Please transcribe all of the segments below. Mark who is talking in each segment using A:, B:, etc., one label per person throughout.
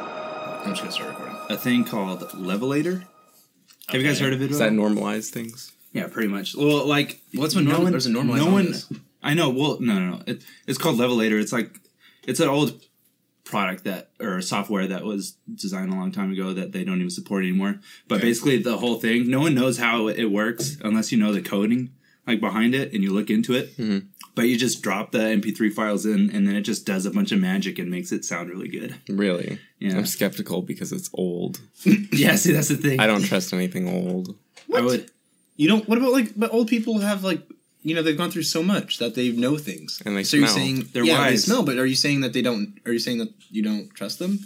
A: I'm just gonna start recording. A thing called Levelator. Have you guys
B: Okay.
A: heard of it?
C: Does
A: at
C: that
A: all?
C: normalize things?
A: yeah, pretty much. Well, like
B: What's when normal? there's a normalize.
A: No
B: on
A: one.
B: this.
A: I know. Well, no, no, no. It, it's called Levelator. It's like it's an old product that or software that was designed a long time ago that they don't even support anymore. But
B: Okay.
A: basically, the whole thing. No one knows how it works unless you know the coding like behind it and you look into it.
C: Mhm.
A: But you just drop the MP3 files in, and then it just does a bunch of magic and makes it sound really good.
C: Really?
A: Yeah.
C: I'm skeptical because it's old.
A: yeah. See, that's the thing.
C: I don't trust anything old.
A: I would.
B: You don't. What about like? But old people have like. You know they've gone through so much that they know things,
C: And they
B: so you're
C: smell.
B: saying
A: They're
B: yeah,
A: wise.
B: they smell. But are you saying that they don't? Are you saying that you don't trust them?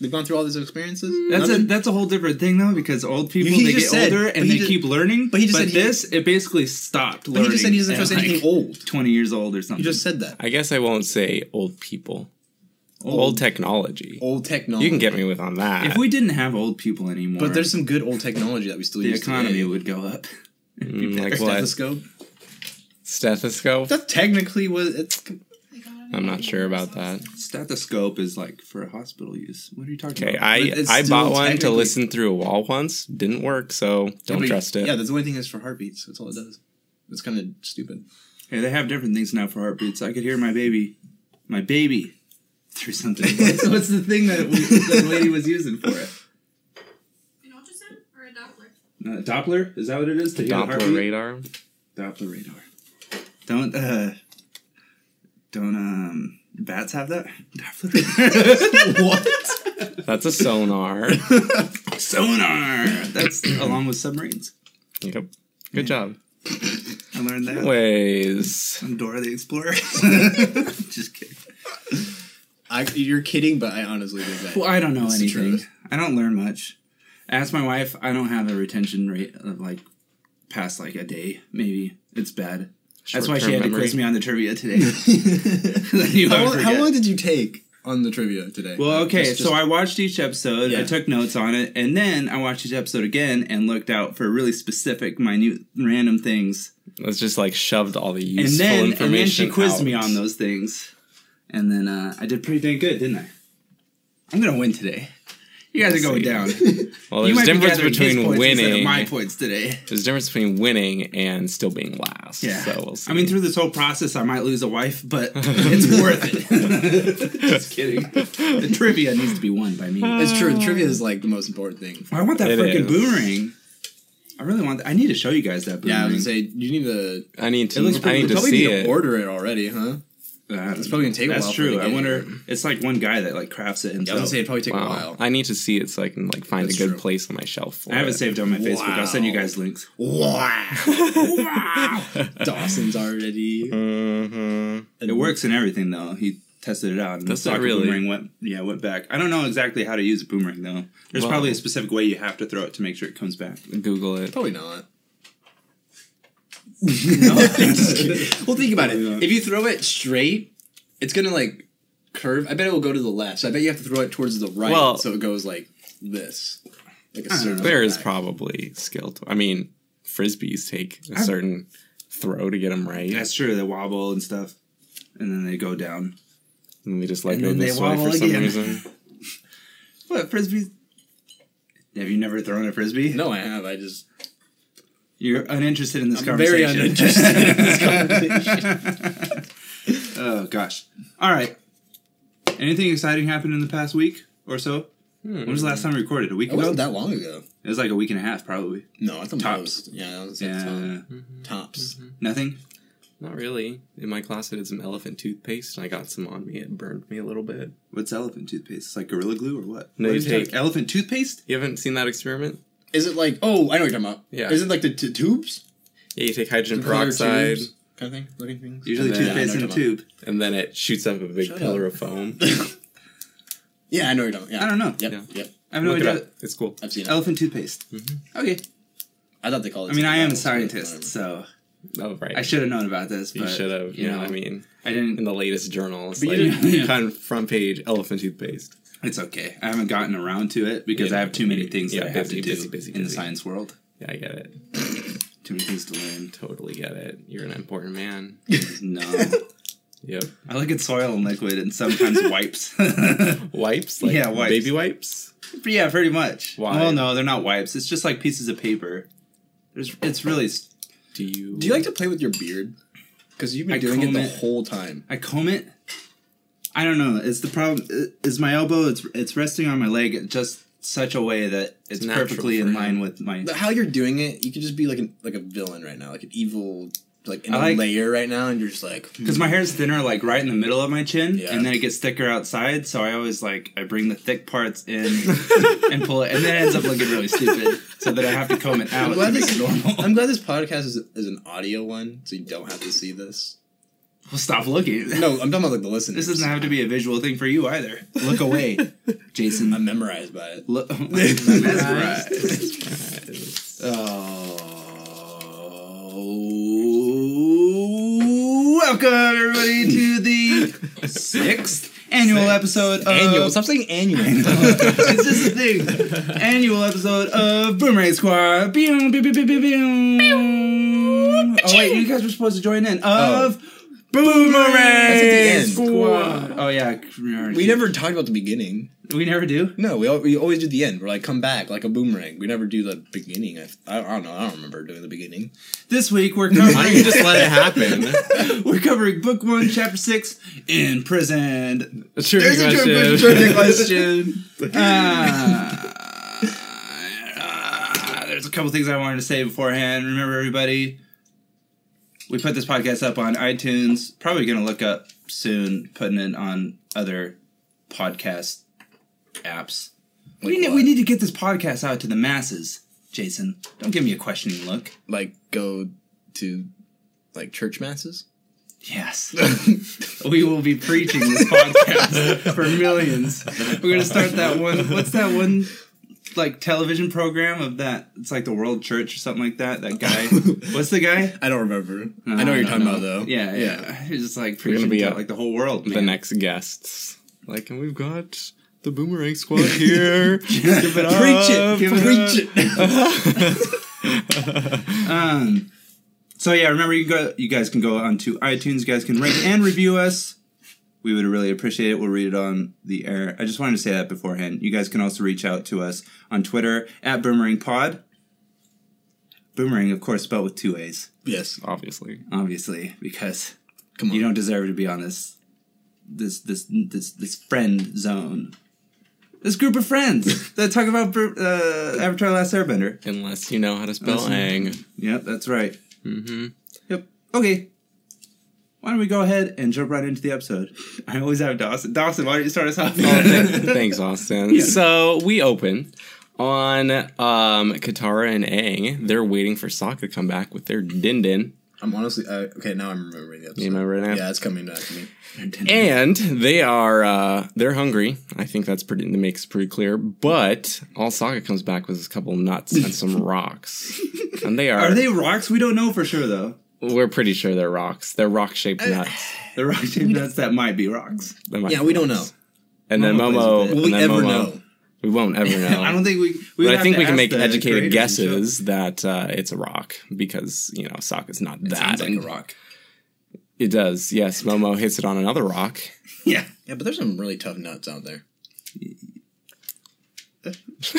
B: They've gone through all these experiences.
A: That's a
B: Nothing?
A: that's a whole different thing though because old people
B: He
A: they get
B: just said-
A: older
B: but
A: and
B: he
A: they
B: just-
A: keep learning.
B: but he just said
A: but
B: he-
A: this it basically stopped.
B: But he just said he doesn't
A: learning
B: trust
A: at,
B: anything
A: like,
B: old.
A: Twenty years old or something.
B: You just said that.
C: I guess I won't say old people. Old, technology.
B: Old technology.
C: You can get me with on that.
A: if we didn't have old people anymore,
B: But there's some good old technology that we still
A: the
B: use.
A: economy
B: today.
A: would go up.
C: Mm, like what?
B: Stethoscope.
C: Stethoscope?
B: That technically was. It's,
C: I'm not sure about that.
A: Stethoscope is like for hospital use. What are you talking
C: Okay,
A: about?
C: I
B: But it's
C: I
B: still
C: bought one to
B: technically-
C: listen through a wall once. Didn't work, so don't
B: Yeah, but-
C: trust it.
B: Yeah, that's the only thing is for heartbeats. That's all it does. It's kind of stupid.
A: Hey, they have different things now for heartbeats. I could hear my baby, my baby, through something. what's, what's the thing that we, the lady was using for it?
D: An ultrasound or a Doppler?
A: Uh, Doppler is that what it is? To hear the
C: Doppler
A: heartbeat?
C: radar.
A: Doppler radar. Don't uh don't um bats have that? Doppler
C: That's a sonar.
A: What? Sonar. That's along with submarines.
C: yep. Good job.
A: I learned that.
C: Ways.
A: From Dora the Explorer. Just kidding.
B: I, you're kidding, but I honestly did that.
A: Well, I don't know
B: It's the
A: anything.
B: truth.
A: I don't learn much. Ask my wife, I don't have a retention rate of like past like a day, maybe. It's bad. That's why she had
C: Short-term
A: to
C: memory.
A: quiz me on the trivia today. You
B: how,
A: always
B: long, how
A: forget.
B: long did you take on the trivia today?
A: Well, okay,
B: Just-
A: so
B: just-
A: I watched each episode, I
B: Yeah.
A: took notes on it, and then I watched each episode again and looked out for really specific, minute, random things.
C: It's just like shoved all the
A: And
C: useful
A: then,
C: information.
A: and then she quizzed
C: out.
A: me on those things, and then uh, I did pretty dang good, didn't I? I'm gonna win today. You guys are
C: We'll
A: going
C: see.
A: down.
C: Well,
A: you
C: there's
A: might
C: a
A: be
C: difference
A: gathering his
C: between
A: points instead of
C: winning.
A: my points today.
C: There's a difference between winning and still being last.
A: Yeah,
C: So we'll see.
A: I mean, through this whole process, I might lose a wife, but it's worth it. Just kidding. The trivia needs to be won by me.
B: it's true. The trivia is like the most important thing.
A: I want that
C: It
A: freaking
C: is.
A: boomerang. I really want. That. I need to show you guys that
B: Yeah, I
A: boomerang.
B: was gonna say you need to.
C: I need to.
B: It looks
C: I
B: pretty.
C: need
B: You
C: to
B: probably
C: see
B: need to
C: it.
B: order it already, huh?
A: Uh,
B: It's probably gonna take a
A: that's
B: while for it
A: true.
B: to
A: I
B: get
A: wonder.
B: here.
A: It's like one guy that like crafts it
B: I was gonna
A: himself.
B: say it probably take a
C: Wow.
B: while.
C: I need to see it so I can like find
B: That's
C: a good
B: true.
C: place on my shelf for
A: I have
C: it.
A: it saved on my Facebook. I'll send you guys links.
B: Wow! wow! Dawson's already.
C: hmm
A: It works in everything though. He tested it out. And
C: Does
A: the
C: it
A: second
C: really?
A: Boomerang went, yeah, went back. I don't know exactly how to use a boomerang though. There's
C: Wow.
A: probably a specific way you have to throw it to make sure it comes back.
C: Google it.
B: Probably not.
A: Just
B: well, think about
A: Probably not.
B: it. If you throw it straight, it's gonna like curve. I bet it will go to the left. So I bet you have to throw it towards the right,
C: Well-
B: so it goes like this, like a
A: I don't know.
B: circle.
C: There is
B: back.
C: probably skill. To, I mean, frisbees take a
A: I'm-
C: certain throw to get them right,
A: That's true. They wobble and stuff, and then they go down.
C: and they just like
A: And
C: go
A: then they
C: this way for
A: wobble
C: some
A: again.
C: reason.
A: What frisbees? Have you never thrown a frisbee?
B: No, I have. I just
A: You're uninterested in this
B: I'm very
A: conversation.
B: uninterested in this
A: oh gosh. All right. Anything exciting happened in the past week or so?
C: Hmm.
A: When was the last time we recorded? A week
B: it
A: ago?
B: wasn't that long ago.
A: It was like a week and a half, probably.
B: No, I thought
A: Tops.
B: it was- Yeah, that was at the
A: Yeah. Mm-hmm.
B: time.
C: Hmm.
B: tops.
A: Nothing.
C: Not really. In my class, I did some elephant toothpaste, and I got some on me. It burned me a little bit.
A: What's elephant toothpaste? It's like gorilla glue or what?
C: No,
A: What
C: you
A: is that?
C: take-
A: elephant toothpaste.
C: You haven't seen that experiment?
B: Is it like? Oh, I know what you're talking about.
C: Yeah.
B: Is it like the t- tubes?
C: Yeah, you take hydrogen
B: The colored
C: peroxide,
B: tubes Kind of thing, looking things.
A: Usually
C: then-
A: toothpaste
B: Yeah, I
A: in
B: know
A: a
B: what you're
A: tube.
C: and then it shoots up a big
B: Shut
C: pillar
B: up.
C: of foam.
B: yeah, I know what you're talking. about. Yeah.
A: I don't know.
B: Yep,
C: Yeah.
B: yep.
A: I have no
C: Look it
A: idea.
C: up. Mm-hmm. It's cool.
B: I've seen it.
A: Elephant toothpaste. Okay.
B: I thought they called it.
A: I mean, I am a
B: something else, but
A: scientist, so
C: Oh, right.
A: I should have known about this. But,
C: You should have.
A: You know,
C: I mean,
A: I didn't.
C: in the latest journal, it's
A: But
C: like
A: you didn't-
C: kind of front page elephant toothpaste.
A: It's okay. I haven't gotten around to it because
C: Yeah.
A: I have too many things
C: Yeah,
A: that I
C: busy,
A: have to do
C: busy, busy,
A: in the
C: busy.
A: science world.
C: Yeah, I get it.
A: Too many things to learn.
C: Totally get it. You're an important man.
A: No.
C: Yep.
A: I look at soil and liquid and sometimes wipes.
C: Wipes, like
A: Yeah, wipes.
C: baby wipes.
A: Yeah, pretty much.
C: Why?
A: Well, no, they're not wipes. It's just like pieces of paper. There's, it's really.
C: Do you?
B: Do you like to play with your beard? Because you've been
A: I
B: doing it
A: comb
B: the
A: it.
B: whole time.
A: I comb it. I don't know. It's the problem. i- Is my elbow? It's it's resting on my leg in just such a way that it's,
C: natural
A: perfectly
C: for
A: in
C: him.
A: line with my.
B: But how you're doing it, you could just be like an like a villain right now, like an evil, like in
A: I
B: a
A: like-
B: layer right now, and you're just like, hmm.
A: Because my hair's thinner, like right in the middle of my chin,
B: Yeah.
A: and then it gets thicker outside. So I always like I bring the thick parts in and pull it, and then it ends up looking really stupid. So that I have to comb it out
B: glad
A: to make
B: this-
A: it normal.
B: I'm glad this podcast is, is an audio one, so you don't have to see this.
A: Well, stop looking.
B: No, I'm talking about like the listeners.
A: This doesn't have to be a visual thing for you either. Look away,
B: I'm
A: Jason.
B: memorized by it.
A: Look. Oh, welcome everybody to the sixth annual
B: Sixth.
A: episode of
B: annual. Stop saying annual.
A: it's just a thing. Annual episode of Boomerang Squad. Pew, pew, pew, pew, pew, pew. Oh wait, you guys were supposed to join in. Of Boomerang
B: Oh. That's at the end.
A: Squad. Oh yeah,
B: we never talked about the beginning.
A: we never do.
B: No, we, al- we always do the end. We're like, come back, like a boomerang. We never do the beginning. I, I, don't know. I don't remember doing the beginning.
A: This week we're
C: Why don't
A: covering
C: you just let it happen?
A: we're covering book one, chapter six, imprisoned.
B: There's a question.
A: question. Ah. Ah, there's a couple things I wanted to say beforehand. Remember, everybody, we put this podcast up on iTunes. Probably going to look up soon, putting it on other podcast apps. we,
B: Like
A: need,
B: what?
A: we need to get this podcast out to the masses, Jason. Don't give me a questioning look.
B: Like, go to like church masses.
A: Yes. we will be preaching this podcast for millions. We're gonna start that one. What's that one? Like television program of that? It's like the World Church or something like that. That guy. What's the guy?
B: I don't remember.
A: No,
B: I know what you're
A: no,
B: talking
A: no.
B: about though.
A: Yeah, yeah. He's just like
C: gonna
A: preaching
C: be
A: to
C: up
A: like the whole world.
C: the
A: man.
C: next guests. Like, and we've got the Boomerang Squad here.
A: Give it up.
B: Preach it.
A: Give it
B: preach it.
A: Um, so yeah, remember you go. You guys can go onto iTunes. You guys can rate and review us. We would really appreciate it. We'll read it on the air. I just wanted to say that beforehand. You guys can also reach out to us on Twitter at Boomerang Pod. Boomerang, of course, spelled with two A's,
B: Yes.
C: Obviously.
A: obviously, because
B: Come on.
A: you don't deserve to be on this this this this this friend zone. This group of friends that talk about Bur- uh, Avatar: Last Airbender.
C: Unless you know how to spell ang.
A: Yep, that's right.
C: Mm-hmm.
A: Yep. Okay. Why don't we go ahead and jump right into the episode? I always have Dawson. Dawson, why don't you start us off?
C: Thanks, Austin. So we open on um, Katara and Aang. They're waiting for Sokka to come back with their Din Din.
B: I'm honestly uh, okay. Now I'm remembering the episode.
C: You remember now?
B: Yeah, it's coming back to me.
C: And they are uh, they're hungry. I think that's pretty that makes it pretty clear. But all Sokka comes back with is a couple nuts and some rocks. And they are,
A: Are they rocks? We don't know for sure though.
C: we're pretty sure they're rocks. They're rock shaped nuts.
A: The rock shaped nuts that might be rocks.
C: They might
B: Uh, Yeah,
C: be
B: we don't know.
C: rocks. And then
A: Momo plays
C: Momo
A: with it.
B: Will
C: and
B: we
C: then
B: ever
C: Momo-
A: uh,
B: know?
C: We won't ever know.
A: I don't think we. we
C: but
A: would
C: I
A: have
C: think
A: to
C: we can
A: ask
C: make
A: the
C: educated
A: creators and
C: guesses that uh, it's a rock because you know Sokka's not that.
B: Sounds like
C: and-
B: a rock.
C: It does. Yes, Momo hits it on another rock.
A: shit. Yeah.
B: Yeah, but there's some really tough nuts out there.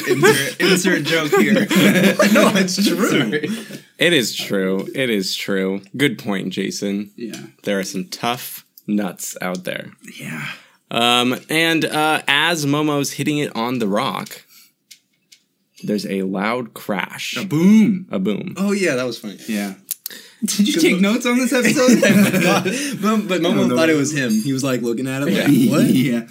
A: Insert, insert joke here.
B: no, it's true.
C: It is true. It is true. Good point, Jason.
A: Yeah.
C: There are some tough nuts out there.
A: Yeah.
C: Um, and uh, as Momo's hitting it on the rock, there's a loud crash,
A: A boom.
C: a boom.
B: Oh yeah, that was funny.
A: Yeah. Did you take notes on this episode?
B: Mom- but Momo
A: no.
B: thought it was him. He was like looking at him like, what?
A: yeah.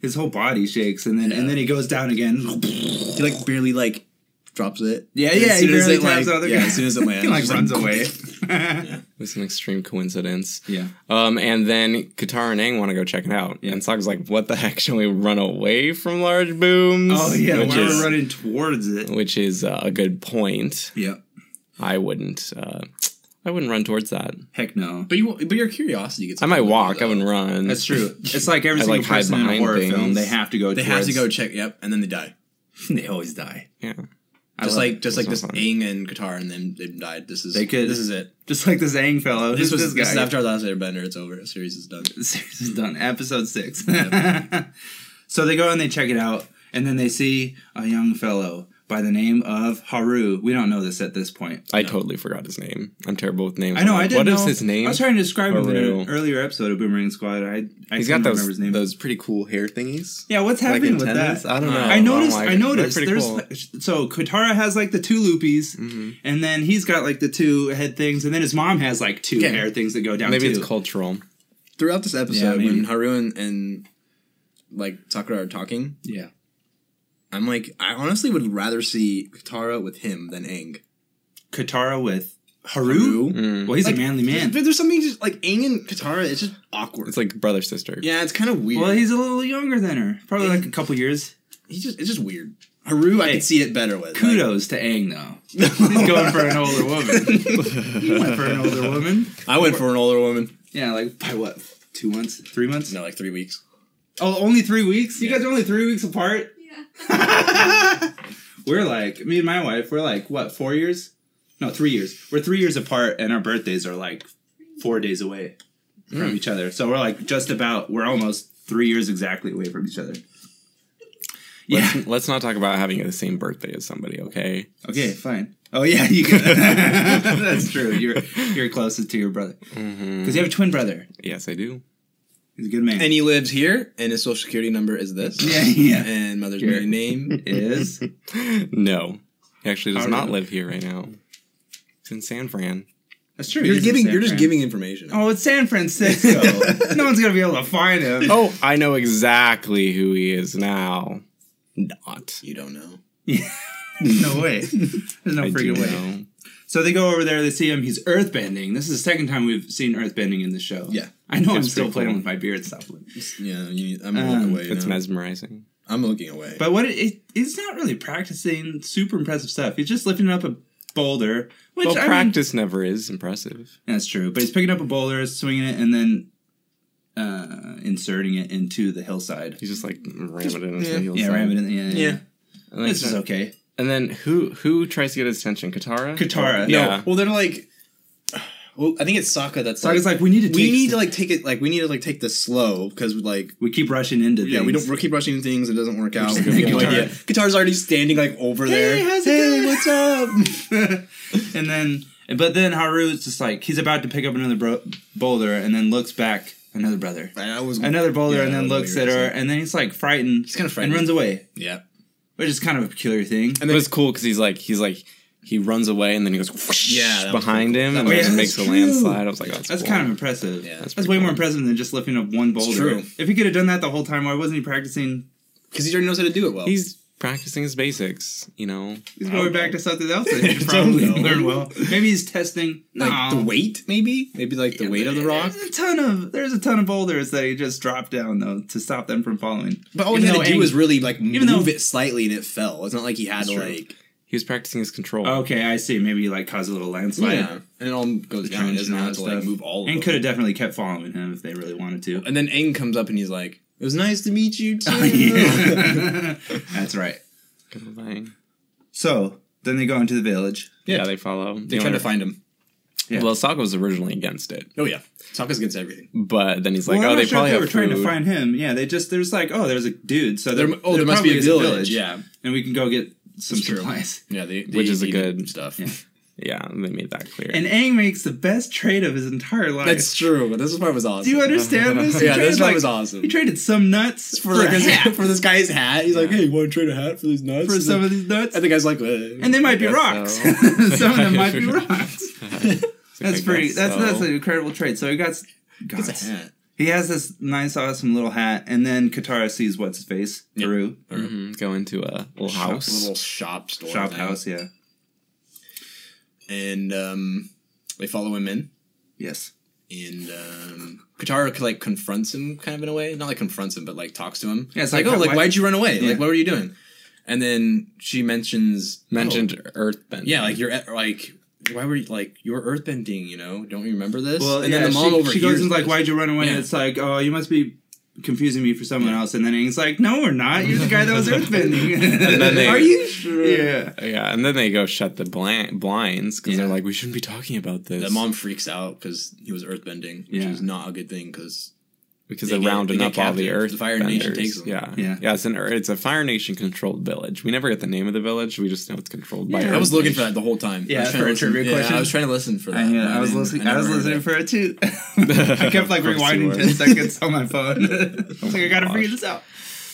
A: His whole body shakes and then and then he goes down again.
B: He like barely like drops it.
A: Yeah,
B: And
A: yeah,
B: As
A: he
B: soon as
A: barely
B: it
A: taps
B: like,
A: the other
B: yeah,
A: guy.
B: as soon as it lands,
A: he like
B: he's
A: runs away.
C: It was an extreme coincidence.
A: yeah.
C: Um, and then Katara and Aang want to go check it out. And Sokka's like, what the heck? Shall we run away from large booms?
A: Oh yeah,
C: Which
A: we're
C: is,
A: running towards it.
C: which is uh, a good point.
A: Yeah.
C: I wouldn't. Uh, I wouldn't run towards that.
A: Heck no.
B: But you, but your curiosity gets.
C: I might
B: up in
C: walk.
B: there,
C: I
B: though.
C: wouldn't run.
A: That's true. It's like every
C: I,
A: single
C: like, hide
A: person in a
C: behind
A: horror film.
C: things.
A: They have to go.
B: They have to go check. Yep, and then they die.
A: They always die.
C: Yeah.
A: I
B: Just
A: love
B: like
A: it.
B: just like
C: That's
B: this
C: not
B: Aang and Qatar, and then they died. This is
A: They could-
B: This is it.
A: just like this Aang fellow.
B: This
A: This
B: was
A: this guy.
B: this is after our last Airbender. It's over. The series is done.
A: This is done. Episode six. so they go and they check it out, and then they see a young fellow by the name of Haru. We don't know this at this point.
C: I totally forgot his name. I'm terrible with names.
A: I know.
C: I'm
A: I
C: like,
A: didn't
C: What
A: know.
C: is his name?
A: I was trying to describe him in
C: Haru.
A: an earlier episode of Boomerang Squad. I, I
C: He's
A: couldn't
C: got those
A: remember his name.
C: those pretty cool hair thingies.
A: yeah, what's
C: like
A: happening with
C: antennas?
A: that?
C: I don't know.
A: I noticed.
C: don't like
A: I
C: it. They're
A: noticed.
C: pretty
A: There's
C: cool. Mm-hmm.
A: so Katara has like the two loopies, and then he's got like the two head things, and then his mom has like two
B: Yeah.
A: hair things that go down.
C: Maybe
A: too.
C: it's cultural.
B: Throughout this episode,
A: maybe.
B: when Haru and, and like Sakura are talking,
A: Yeah.
B: I'm like, I honestly would rather see Katara with him than Aang.
A: Katara with Haru.
B: Haru?
A: Mm.
C: Mm.
A: Well, he's
B: Like,
A: a manly man.
B: But there's something just like Aang and Katara. It's just awkward.
C: It's like brother sister.
B: yeah, it's kind of weird.
A: Well, he's a little younger than her, probably like a couple years.
B: He just it's just weird. Haru, I
A: Hey,
B: could see it better with.
A: Kudos to Aang though.
B: Like,
A: He's going for an older woman. he went for an older woman.
B: I went for an older woman.
A: Yeah, like by what? Two months? Three months?
B: No, like three weeks.
A: Oh, only three weeks? You
B: Yeah.
A: guys are only three weeks apart?
D: Yeah.
A: we're like, me and my wife, we're like, what, four years? No, three years. We're three years apart, and our birthdays are like four days away
B: Mm.
A: from each other. So we're like just about, we're almost three years exactly away from each other. Yeah.
C: Let's, let's not talk about having the same birthday as somebody, okay?
A: Okay, fine. Oh yeah, you can. That's true. You're you're closest to your brother because you have a twin brother.
C: Yes, I do.
A: He's a good man.
B: And he lives here, and his social security number is this.
A: yeah, yeah.
B: And mother's
A: Here.
B: maiden name.
A: Is
C: No. He actually does
A: How
C: not
A: rude.
C: live here right now. He's in San Fran.
A: that's true.
B: You're
A: He's in
B: giving.
A: San
B: You're just
A: Fran.
B: giving information.
A: Oh, it's San Francisco. no one's gonna be able to find him.
C: Oh, I know exactly who he is now. Not.
B: You don't know.
A: no way. There's no
C: I do
A: freaking way.
C: know.
A: So they go over there. They see him. He's earthbending. This is the second time we've seen earthbending in the show.
B: Yeah.
A: I know. I'm
C: It's
A: still
C: pretty
A: playing
C: cool.
A: with my beard. Stop. playing.
B: Yeah, you need, I'm
A: Um,
B: looking away.
C: It's
B: now.
C: mesmerizing.
B: I'm looking away.
A: But what it, it, it's not really practicing super impressive stuff. He's just lifting up a boulder, which
C: Well,
A: I mean,
C: practice never is impressive.
A: That's true. But he's picking up a boulder, swinging it, and then uh, inserting it into the hillside.
C: He's just like ram it in his
B: yeah.
C: heels.
A: Yeah, ramming it in the yeah, yeah.
B: Yeah.
C: And, like,
A: This is okay.
C: and then who who tries to get his attention? Katara.
A: Katara.
C: Yeah.
B: Well, they're like. Well, I think it's Sokka that's
A: So I was like, we need to.
B: we
A: take-
B: need to like take it like we need to like take this slow because like
A: We keep rushing into things.
B: yeah we don't we keep rushing things it doesn't work out. We
A: just
B: have
A: gonna
B: no
A: guitar.
B: idea. Guitar's already standing like over there.
A: Hey, how's it
B: hey,
A: going?
B: what's up?
A: and then, but then Haru is just like he's about to pick up another bro- boulder, and then looks back another brother,
B: And I was
A: another boulder,
B: Yeah,
A: and
B: I
A: then
B: know what
A: looks
B: you're
A: at her,
B: saying.
A: and then he's like frightened.
B: kinda
A: and
B: frightened.
A: runs away,
B: yeah.
A: which is kind of a peculiar thing.
C: But it's cool because he's like he's like he runs away and then he goes whoosh
B: Yeah, that was
C: behind him and
A: was
C: then
A: cool.
C: makes
A: That's
C: a
A: true.
C: landslide. I was like, oh, that's,
A: That's
C: cool.
A: kind of impressive.
B: Yeah. That's
A: that's,
C: pretty
A: way more
C: cool.
A: impressive than just lifting up one boulder.
B: true.
A: If he could have done that the whole time, why wasn't he practicing?
B: Because he already knows how to do it well.
C: He's practicing his basics. You know,
A: He's going back to something else that he could
B: Don't
A: probably
B: know.
A: learn well. Maybe he's testing
B: like
A: no.
B: the weight, maybe maybe like the weight of the rock.
A: There's a ton of there's a ton of boulders that he just dropped down though to stop them from falling.
B: But all he
A: Even
B: had to
A: though
B: do
A: Aang-
B: was really like
A: even though-
B: move it slightly and it fell. It's not like he had
A: That's
B: to
A: true.
B: like
C: he was practicing his control.
A: Okay, I see. Maybe he like caused a little landslide.
B: yeah. And it all goes
A: The
B: down. He
A: trench
B: doesn't
A: and all
B: have
A: that
B: to like
A: stuff.
B: move all. Of
A: And
B: them.
A: could have definitely kept following him if they really wanted to.
B: And then Aang comes up and he's like, "It was nice to meet you too."
A: Oh, Yeah. That's right.
C: Good thing.
A: So then they go into the village.
C: Yeah.
B: Yeah.
C: they follow.
B: They try to find him.
A: Yeah.
C: Well, Sokka was originally against it,
B: Oh yeah, Sokka's against everything.
C: but then he's like,
A: well, I'm
C: "Oh,
A: not
C: they
A: sure
C: probably
A: if they
C: have
A: were trying to
C: food.
A: find him. Yeah, they just there's like oh there's a dude. So there,
B: There- oh, there must
A: probably
B: be a
A: is village.
B: village. Yeah,
A: and we can go get some
B: That's true.
A: supplies.
B: yeah, they, they
C: Which is a
B: eat
C: good-
B: stuff.
A: Yeah.
C: Yeah, they made that clear.
A: And Aang makes the best trade of his entire life.
B: That's true, but this part was awesome.
A: Do you understand this? He
B: yeah,
A: traded,
B: this part
A: like-
B: was awesome.
A: He traded some nuts
B: for, like
A: a
B: his,
A: hat
B: for this guy's hat, he's like, "Hey, you want to trade a hat for these nuts?"
A: for
B: He's
A: some
B: like-
A: of these nuts,
B: and the guy's like,
A: and they might be
C: guess
A: rocks.
C: so.
A: some of them might be rocks. That's
C: I
A: pretty.
C: guess
A: That's
C: so.
A: that's an incredible trade. So he got. s-
B: "It's a
A: Gods.
B: hat."
A: He has this nice, awesome little hat, and then Katara sees what's his face,
B: Yeah.
A: Haru,
C: Mhm, Go into a little
B: Shop-
C: house.
B: little shop store,
A: shop
B: thing.
A: house. Yeah,
B: and um, they follow him in,
A: yes,
B: and um, Katara like confronts him kind of in a way, not like confronts him, but like talks to him.
A: Yeah, it's
B: like,
A: like,
B: "Oh, like
A: why-
B: why'd you run away?
A: Yeah.
B: Like what were you doing?" And then she mentions
C: mentioned
B: "Oh,
C: earthbending.
B: yeah, like you're at- like. Why were you like you were earthbending? You know, don't you remember this?
A: Well,
B: and
A: yeah,
B: then the mom
A: she,
B: over
A: she goes and like, "Why'd you run away?"
B: Yeah.
A: It's like, "Oh, you must be confusing me for someone else." And then Aang's like, "No, we're not. You're the guy that was earthbending."
C: And then they-
A: Are you sure? Yeah.
C: Yeah, and then they go shut the bl- blinds because
A: Yeah.
C: they're like, we shouldn't be talking about this.
B: The mom freaks out because he was earthbending, which
A: Yeah.
B: is not a good thing because
C: because
B: They
C: they are
B: get-
C: rounding
B: they
C: up
B: get
C: all the
B: captured.
C: earth.
B: The Fire Nation takes them.
C: Yeah.
A: Yeah.
C: yeah, It's an Earth- it's a Fire Nation controlled village. We never get the name of the village. We just know it's controlled by.
A: Yeah.
C: Earth
B: I was looking
C: Nation.
B: for that the whole time.
A: Yeah,
B: I was trying
A: for a
B: to listen-
A: trivia
B: yeah,
A: question?
B: I was trying to listen for that.
A: I,
B: but
A: yeah, I was
B: didn't-
A: listening.
B: never
A: I, was
B: heard
A: listening
B: it.
A: for it too. I kept like
C: Of course you
A: rewinding
C: were.
A: ten seconds on my phone. It's like I gotta
C: gosh.
A: figure this out.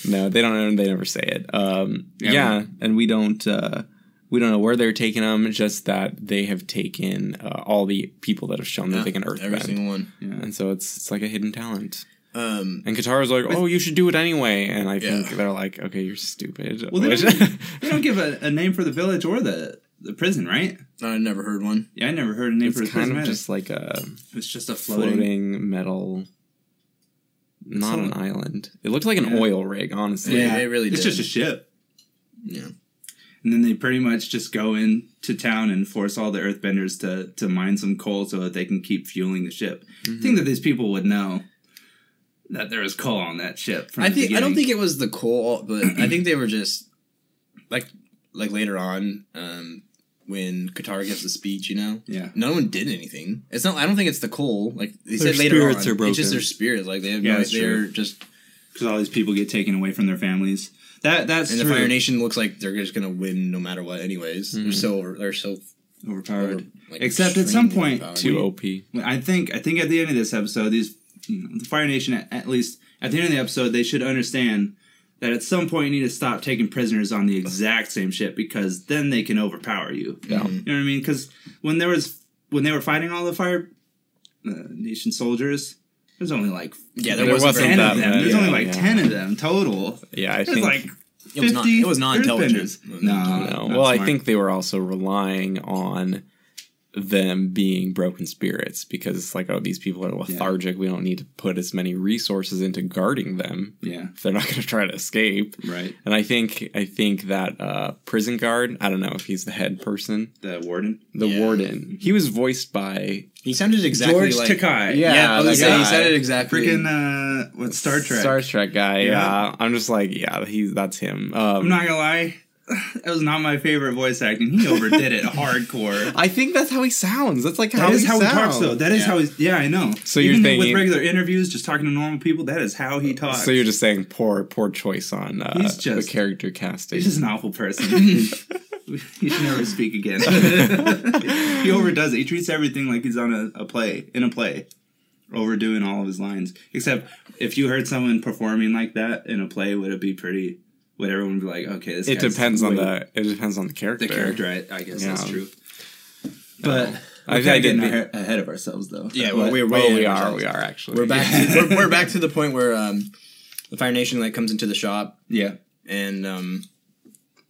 C: No, they don't. They never say it. Um,
A: Yeah.
C: yeah, and we don't. Uh, we don't know where they're taking them. Just that they have taken uh, all the people that have shown that
B: Yeah,
C: they can earthbend,
B: every single one.
A: Yeah.
C: and so it's it's like a hidden talent.
B: Um,
C: And Katara's like, "Oh, you should do it anyway," and I think
B: Yeah.
C: they're like, "Okay, you're stupid."
A: Well, they
C: Which-
A: don't- They don't give a, a name for the village or the the prison, right?
B: I never heard one.
A: Yeah, I never heard a name
C: it's
A: for the
C: kind
A: prison.
C: of
A: either.
C: just like a
A: it's just a floating.
C: floating, metal, not
A: all-
C: an island. It looked like an
A: Yeah.
C: oil rig, honestly.
B: Yeah, they really
A: it's
B: did.
A: just a ship.
B: Yeah.
A: And then they pretty much just go into town and force all the earthbenders to to mine some coal so that they can keep fueling the ship. I
B: Mm-hmm.
A: think that these people would know that there was coal on that ship. From
B: I
A: the
B: think I don't
A: beginning.
B: think it was the coal, but I think they were just like like later on um, when Katara gives the speech. You know,
A: Yeah.
B: no one did anything. It's not. I don't think it's the coal. Like they
C: Their
B: said later
C: spirits
B: on,
C: are
B: it's just
C: broken.
B: their spirits. Like they have
A: Yeah,
B: no,
A: that's
B: they're
A: true.
B: just
A: because all these people get taken away from their families. That that's
B: and the
A: true.
B: Fire Nation looks like they're just gonna win no matter what. Anyways, they're so over, they're so
A: overpowered.
B: over- like,
A: Except at some
B: extremely
A: point,
B: overpowered.
C: Too OP.
A: I think I think at the end of this episode, these you know, the Fire Nation at, at least at the end of the episode, they should understand that at some point you need to stop taking prisoners on the exact same ship because then they can overpower you.
C: Yeah.
A: You know what I mean? Because when there was when they were fighting all the Fire uh, Nation soldiers, there's only like
B: yeah, there,
C: There
B: wasn't,
C: wasn't
B: very
A: ten
C: that
A: of
B: many.
A: them.
C: many,
A: There's
C: yeah,
A: only like
C: yeah.
A: ten of them total.
C: Yeah, I
A: There's
C: think.
A: like
B: It was not.
A: 50
B: It was not intelligent.
A: earthbenders. No,
C: no.
A: not
C: Well, I
A: smart.
C: think they were also relying on them being broken spirits because it's like, oh, these people are lethargic. We don't need to put as many resources into guarding them
A: yeah,
C: if they're not going to try to escape.
A: right.
C: And I think I think that uh, prison guard. I don't know if he's the head person,
A: The warden.
C: the
B: Yeah.
C: warden. He was voiced by
B: He sounded exactly
A: George
B: like
A: Takai.
C: Yeah,
B: Yeah, I was
C: that
B: gonna say, he
C: guy.
B: sounded exactly.
A: Freaking uh, what Star Trek?
C: Star Trek guy.
A: Yeah.
C: Yeah, I'm just like, yeah, he's that's him. Um,
A: I'm not gonna lie, that was not my favorite voice acting. He overdid it hardcore.
C: I think that's how he sounds. That's like
A: That
C: how
A: is
C: he
A: how
C: sounds.
A: he talks, though. That is
B: Yeah.
A: how he's. Yeah, I know.
C: So you're
A: Even with
C: thinking-
A: regular interviews, just talking to normal people, that is how he talks.
C: So you're just saying poor, poor choice on uh,
A: He's just-
C: the character casting.
A: He's just an awful person. he should never speak again. he overdoes it. He treats everything like he's on a, a play in a play, overdoing all of his lines. Except if you heard someone performing like that in a play, would it be pretty? Would everyone be like, okay, this?
C: it
A: guy's
C: depends on
A: way-
C: the it depends on the character.
A: the character. I, I guess that's
C: Yeah.
A: true. But
C: I, I
A: we're
C: did.
A: getting
C: think-
A: ahe- ahead of ourselves, though.
B: Yeah,
A: But-
B: well, we're way
C: oh,
B: ahead of
C: we are.
B: ourselves.
C: We are actually.
B: We're back. To, we're, we're back to the point where um, the Fire Nation like comes into the shop
A: yeah.
B: and um,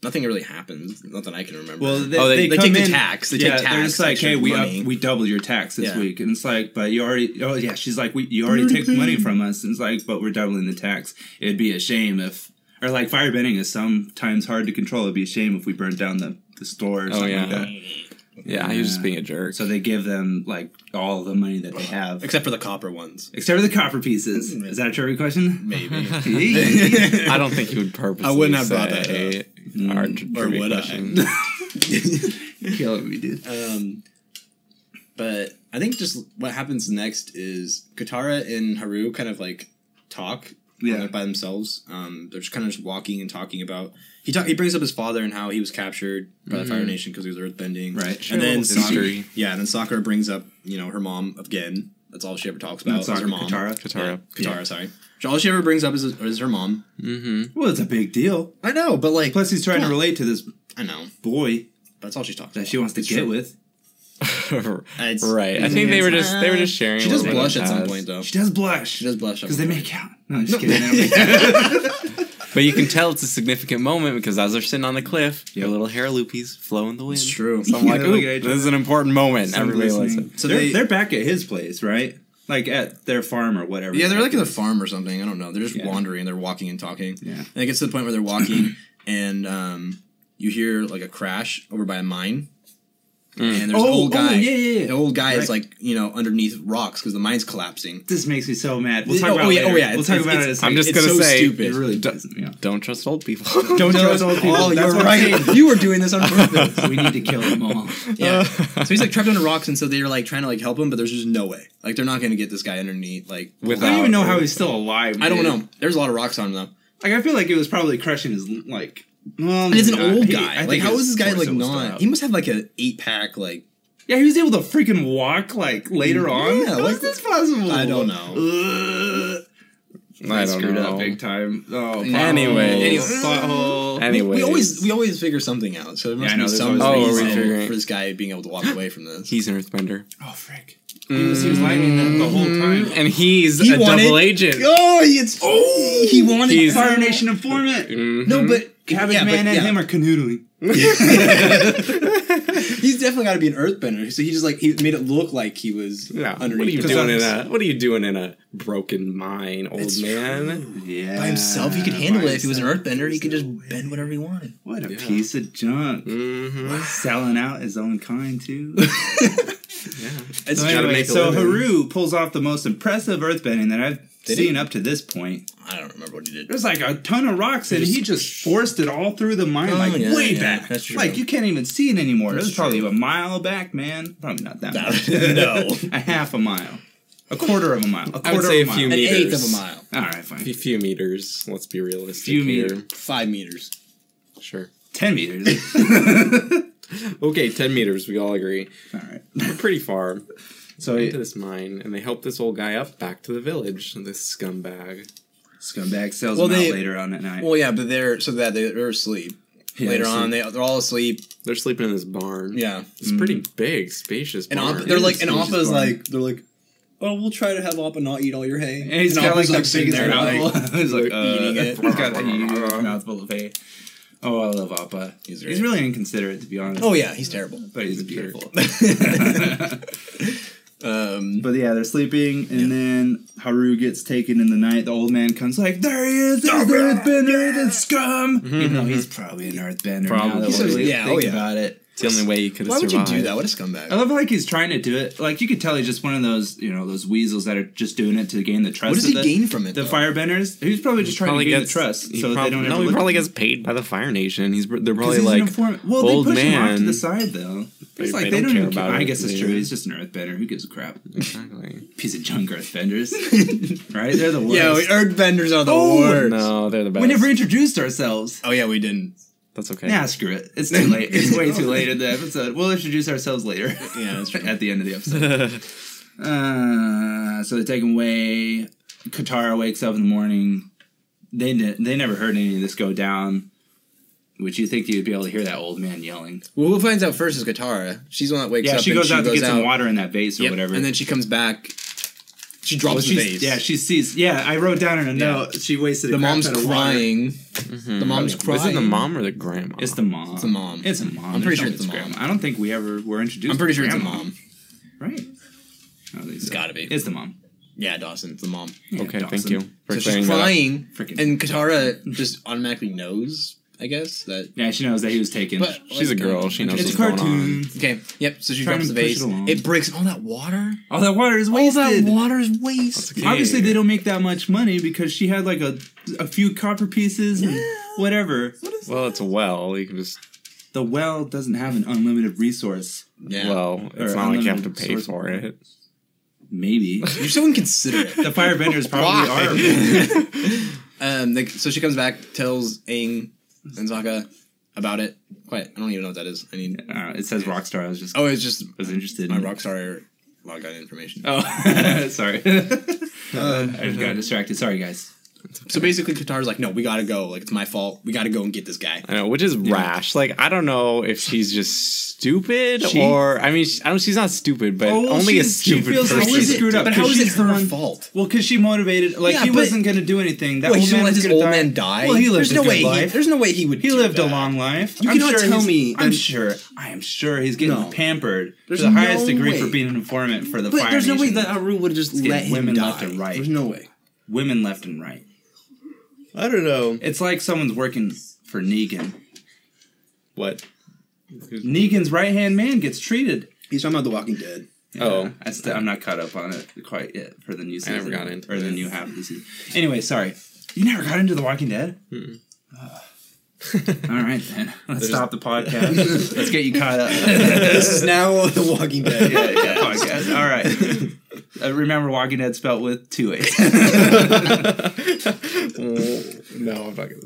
B: nothing really happens. Not that I can remember.
A: Well, they,
B: oh,
A: they,
B: they
A: come
B: take the
A: in-
B: tax. They
A: yeah,
B: take tax.
A: They're just like,
B: extra
A: hey, we up,
B: money.
A: we doubled your tax this
B: Yeah.
A: week, and it's like, but you already. Oh yeah, she's like, we you already took money from us, and it's like, but we're doubling the tax. It'd be a shame if, or like firebending is sometimes hard to control. It'd be a shame if we burned down the the store or something like
C: yeah.
A: that.
C: Oh, yeah, he was just being a jerk.
A: So they give them like all the money that they have,
B: except for the copper ones.
A: except for the copper pieces. Is that a trivia question?
B: Maybe
C: I don't think he would purposely.
B: I wouldn't have
C: say
B: brought that Mm,
C: Our
B: or
C: trivia
B: would
C: question.
B: I?
A: Killing me, dude.
B: um, but I think just what happens next is Katara and Haru kind of like talk
A: Yeah.
B: like, by themselves. Um, they're just kind of just walking and talking about. He talk, he brings up his father and how he was captured by the
C: Mm-hmm.
B: Fire Nation because he was earthbending.
A: Right. Sure,
B: and then
C: little
B: Sakura,
C: history.
B: yeah, and then Sakura brings up you know her mom again. That's all she ever talks about.
A: Not
B: is her
A: Sakura
B: mom.
A: Katara.
C: Katara.
B: Katara, sorry. All she ever brings up is, is her mom. Mm-hmm.
A: Well, it's a big deal.
B: I know, but like,
A: Plus, he's trying to relate to this
B: I know.
A: boy
B: That's all she talks
A: that
B: about.
A: she wants to
B: It's
A: get
B: true.
A: with.
B: It's-
C: right. I
B: it's-
C: think they were
B: it's-
C: just they were just sharing.
B: She
C: a
B: does
C: little bit
B: blush
C: of
B: at some
C: that.
B: point, though.
A: She does blush.
B: She does blush at
A: because they
B: one
A: make out. No, I'm just
B: No.
A: kidding.
C: But you can tell it's a significant moment because as they're sitting on the cliff, your little hair loopies flow in the wind.
B: It's true.
C: So I'm like,
A: They're
C: ooh,
A: looking at each
C: this is an important moment. Everybody likes it.
A: So
B: So
A: they're,
B: they-
A: they're back at his place, right? Like at their farm or whatever.
B: Yeah, they're like at a farm or something. I don't know. They're just
A: Yeah.
B: wandering. They're walking and talking.
A: Yeah.
B: And it gets to the point where they're walking and um, you hear like a crash over by a mine. and there's an
A: Oh,
B: old
A: oh,
B: guy.
A: yeah, yeah, yeah.
B: An old guy is
A: Right.
B: like you know underneath rocks because the mine's collapsing.
A: This makes me so mad. We'll
B: Yeah,
A: talk
B: oh,
A: about it
B: yeah, oh,
A: later.
B: yeah,
A: We'll
B: it's-
A: talk
B: it's-
A: about it. in a
B: it's-
A: second.
C: I'm just
B: It's
C: gonna
B: so
C: say,
B: stupid.
A: It really pisses me off.
C: Don't trust old people.
A: Don't trust old people.
B: Oh,
A: That's
B: you're
A: what I'm
B: right.
A: saying.
B: you were doing this on purpose.
A: we need to kill them all.
B: Yeah. so he's like trapped under rocks, and so they were like trying to like help him, but there's just no way. Like they're not gonna get this guy underneath. Like
A: I don't
C: Without-
A: even know how he's still alive.
B: I don't
A: dude.
B: know. There's a lot of rocks on him though.
A: Like I feel like it was probably crushing his like. Well,
B: And it's an
A: nah,
B: old
A: he- I
B: guy.
A: think
B: like how
A: his
B: is this guy like
A: torso was still
B: not?
A: out.
B: He must have like an eight pack. Like
A: Yeah, he was able to freaking walk like later on.
B: Yeah,
A: How is
B: like-
A: this possible?
B: I don't know.
A: Ugh.
C: I
A: I
C: don't
A: screwed
C: know.
A: up big time. Oh,
B: Yeah.
C: Anyways.
A: pothole. pothole.
C: Anyways,
B: we always we always figure something out. So there must
A: I know,
B: be
A: there's
B: some
C: always- Oh, are we
B: reason
C: figuring-
B: for this guy being able to walk away from this.
C: he's an earthbender.
A: Oh, frick! He was, he was lightning the- the whole
B: Mm-hmm.
A: time.
C: Mm-hmm. And he's
B: He
C: a
B: wanted-
C: double agent.
B: oh, it's oh he wanted
C: He's-
A: Coronation informant.
C: Mhm.
B: no, but
A: Cabbage
B: yeah, but
A: Man and
B: yeah.
A: him are canoodling.
B: He's definitely got to be an earthbender. So he just like he made it look like he was
C: Yeah. What are
B: underneath
C: you
B: the
C: doing in
B: rocks.
C: a What are you doing in a broken mine, old
B: It's
C: man?
A: Yeah,
B: by himself. He could handle
A: by
B: it if he was an
A: himself.
B: earthbender. He could
A: There's
B: just
A: no way.
B: bend whatever he wanted.
A: What a
C: Yeah.
A: piece of junk!
B: Mm.
C: Mm-hmm.
A: Selling out his own kind too.
B: It's
A: So,
C: gotta
A: anyway,
C: make a
A: so
C: living.
A: Haru pulls off the most impressive earthbending that I've
B: Did
A: seen
B: he?
A: up to this point.
B: I don't remember what he did.
A: There's like a ton of rocks, and he just forced it all through the mine,
B: Oh,
A: like
B: yeah,
A: way
B: yeah,
A: back.
B: that's true.
A: Like you can't even see it anymore. it
B: That's
A: was probably
B: true.
A: a mile back, man. Probably not that
B: No.
A: much.
B: No.
A: a half a mile, a quarter of a mile, a quarter
C: I would say
A: of
C: a
A: a
C: few
A: mile.
B: An
C: meters.
B: eighth of a mile,
A: all right, fine.
C: A few meters. Let's be realistic.
A: Few
C: here.
A: meter.
B: five meters.
C: Sure.
A: Ten meters.
C: Okay, ten meters. We all agree.
A: all right.
C: We're pretty far
A: So
C: into this mine, and they help this old guy up back to the village. This scumbag.
A: scumbag sells
B: Well,
A: them
B: they-
A: out later on at night.
B: Well, yeah, but they're so that they- they're asleep.
A: Yeah,
B: Later
A: so-
B: on, they they're all asleep.
C: They're sleeping in this barn.
B: Yeah,
C: It's pretty big, spacious
B: and
C: barn.
B: Appa, they're
A: is
B: like, and
A: suspicious
B: Appa's
A: barn.
B: like, they're like, oh, we'll try to have Appa not eat all your hay.
A: And he's got
B: Appa's,
A: like the
B: sitting
A: biggest
B: there,
A: mouthful.
B: like-
A: he's like,
C: like,
B: eating
A: uh,
B: it.
A: He's got the huge mouthful of hay. Oh, I love Appa. He's,
B: He's great.
A: really inconsiderate, to be honest.
B: oh yeah, he's terrible.
A: but he's beautiful.
B: Um,
A: but yeah, they're sleeping, and then Haru gets taken in the night. The old man comes like, "There he is, there's the Earthbender, the scum." Even though he's probably an Earthbender.
C: Probably.
A: Now that we really
B: Yeah, oh,
A: think
B: yeah.
A: about it.
C: It's the only way you could
B: why
C: have
B: would
C: survived.
B: you do that? What a
A: I
B: scumbag!
A: love like he's trying to do it. Like you could tell he's just one of those, you know, those weasels that are just doing it to gain the trust.
B: What does
A: of
B: he
A: the,
B: gain from it?
A: The
B: though?
A: firebenders. He's probably just trying to gain the trust,
C: he
A: so
C: prob-
A: they don't.
C: No,
A: ever
C: he
A: look
C: probably
A: at
C: gets paid by the Fire Nation. He's they're
A: 'Cause
C: probably
A: he's an
C: like
A: informant. Well,
C: old
A: they push him off to
C: man.
A: the side though.
C: They-
A: It's like
C: they
A: they,
C: don't
A: don't,
C: care
A: even
C: about
A: care. I
C: it,
A: guess it's
C: yeah.
A: true. He's just an earthbender. Who gives a crap?
C: exactly.
A: Piece of junk earthbenders. right? They're the worst.
B: Yeah, earthbenders are the
A: Oh,
B: worst.
C: No, they're the best.
A: we never introduced ourselves.
B: Oh yeah, we didn't.
C: That's okay.
A: Nah, screw it. It's too late. It's way too late in the episode. We'll introduce ourselves later.
B: Yeah, that's true.
A: At the end of the episode.
C: Mm-hmm.
A: Uh, so they take him away. Katara wakes up in the morning. They ne- they never heard any of this go down. Which you think you'd be able to hear that old man yelling?
B: Well, who finds out first is Katara. She's the one that wakes
A: Yeah,
B: up.
A: she
B: and
A: goes out to
B: goes
A: get some water in that vase or
B: Yep,
A: whatever.
B: and then she comes back. She
A: Well,
B: drops the
A: she's-
B: vase.
A: Yeah, she sees. Yeah, I wrote down in a
B: Yeah.
A: note. She wasted.
B: the
A: a crap
B: mom's
A: ton of water.
B: crying. The mom's crying.
C: Is it the mom or the grandma?
A: It's the mom.
B: It's the mom.
A: It's a mom.
B: I'm pretty
A: There's
B: sure
A: no
B: it's the
A: grandma.
B: mom.
A: I don't think we ever were introduced.
B: I'm
A: to
B: pretty sure it's the
A: grandma,
B: mom.
A: Right. Oh, It's
B: gotta be.
A: It's the mom.
B: Yeah, Dawson, it's the mom.
A: Yeah,
C: okay, thank
A: Dawson.
C: you for
B: So
C: clearing
B: she's
C: that up.
B: crying,
A: Freaking-
B: and Katara just automatically knows, I guess that.
A: Yeah, she knows that he was taken.
B: But
C: She's a
B: like,
C: girl.
B: um,
C: She knows
A: it's
C: what's
A: a cartoon.
C: going on.
B: Okay. Yep. So she
A: Trying
B: drops the
A: to push
B: vase.
A: it along.
B: It, breaks. All that water.
A: All that water is
B: All
A: wasted.
B: that water's waste.
C: okay.
A: Obviously, they don't make that much money because she had like a a few copper pieces and whatever.
C: Well, it's a well. You can just
A: The well doesn't have an unlimited resource.
B: Yeah.
C: well. It's
A: Or
C: not like you have to
A: unlimited
C: pay
A: source
C: for
A: water.
C: it.
A: Maybe the
B: You're so inconsiderate.
A: firebenders probably are.
C: Why?
B: um. Like, so she comes back, tells Aang and Zaka about it. Quiet. I don't even know what that is. I need.
A: Uh, it says Rockstar. I was just
B: Oh, it's just
A: was interested.
B: my
A: in
B: Rockstar logon information.
A: Oh, sorry.
B: Uh,
A: I just got distracted. Sorry, guys.
B: So basically, Katara's like, no, we gotta go. Like, it's my fault. We gotta go and get this guy.
C: I know, which is rash. Like I don't know if she's just stupid
A: She-
C: or I mean, she, I don't. She's not stupid, but
A: Oh, well,
C: only a
A: she's- she
C: stupid
A: feels
C: person.
A: like
B: How
A: she
B: is
A: screwed
B: it,
A: up
B: But how
A: 'cause
B: is it
A: she's the
B: her
A: one-
B: fault?
A: Well, because she motivated, like
B: Yeah,
A: he
B: but-
A: wasn't going to do anything. That
B: Wait,
A: old
B: she
A: man
B: let
A: was
B: this
A: gonna
B: old
A: die.
B: man die.
A: Well, he lived
B: There's
A: a
B: no
A: good
B: way.
A: life.
B: He, there's no way he would.
A: He
B: do
A: lived
B: that.
A: a long life.
B: You
A: I'm
B: cannot tell
A: he's-
B: me
A: I'm
B: that-
A: sure. I am sure he's getting
B: No.
A: pampered
B: There's
A: to the highest
B: no
A: degree
B: way.
A: for being an informant for the
B: But
A: Fire
B: there's no way
A: Nation.
B: that uh, Aru would have just
A: getting
B: let him
A: women
B: die.
A: left and right.
B: There's no way.
A: women left and right.
C: I don't know
A: It's like someone's working for Negan.
C: what.
A: Negan's right hand man gets treated.
E: He's talking about The Walking Dead.
C: Oh.
A: I st- I'm not caught up on it quite yet for the new
C: I
A: season.
C: never got into
A: or the
C: it.
A: new half of the season. Anyway, sorry. You never got into The Walking Dead.
C: Hmm.
A: All right, then let's stop the podcast. let's get you caught up.
E: this is now The Walking Dead.
A: yeah, yeah, podcast. All right. Uh, remember, Walking Dead spelled with two A's.
C: no, I'm not gonna.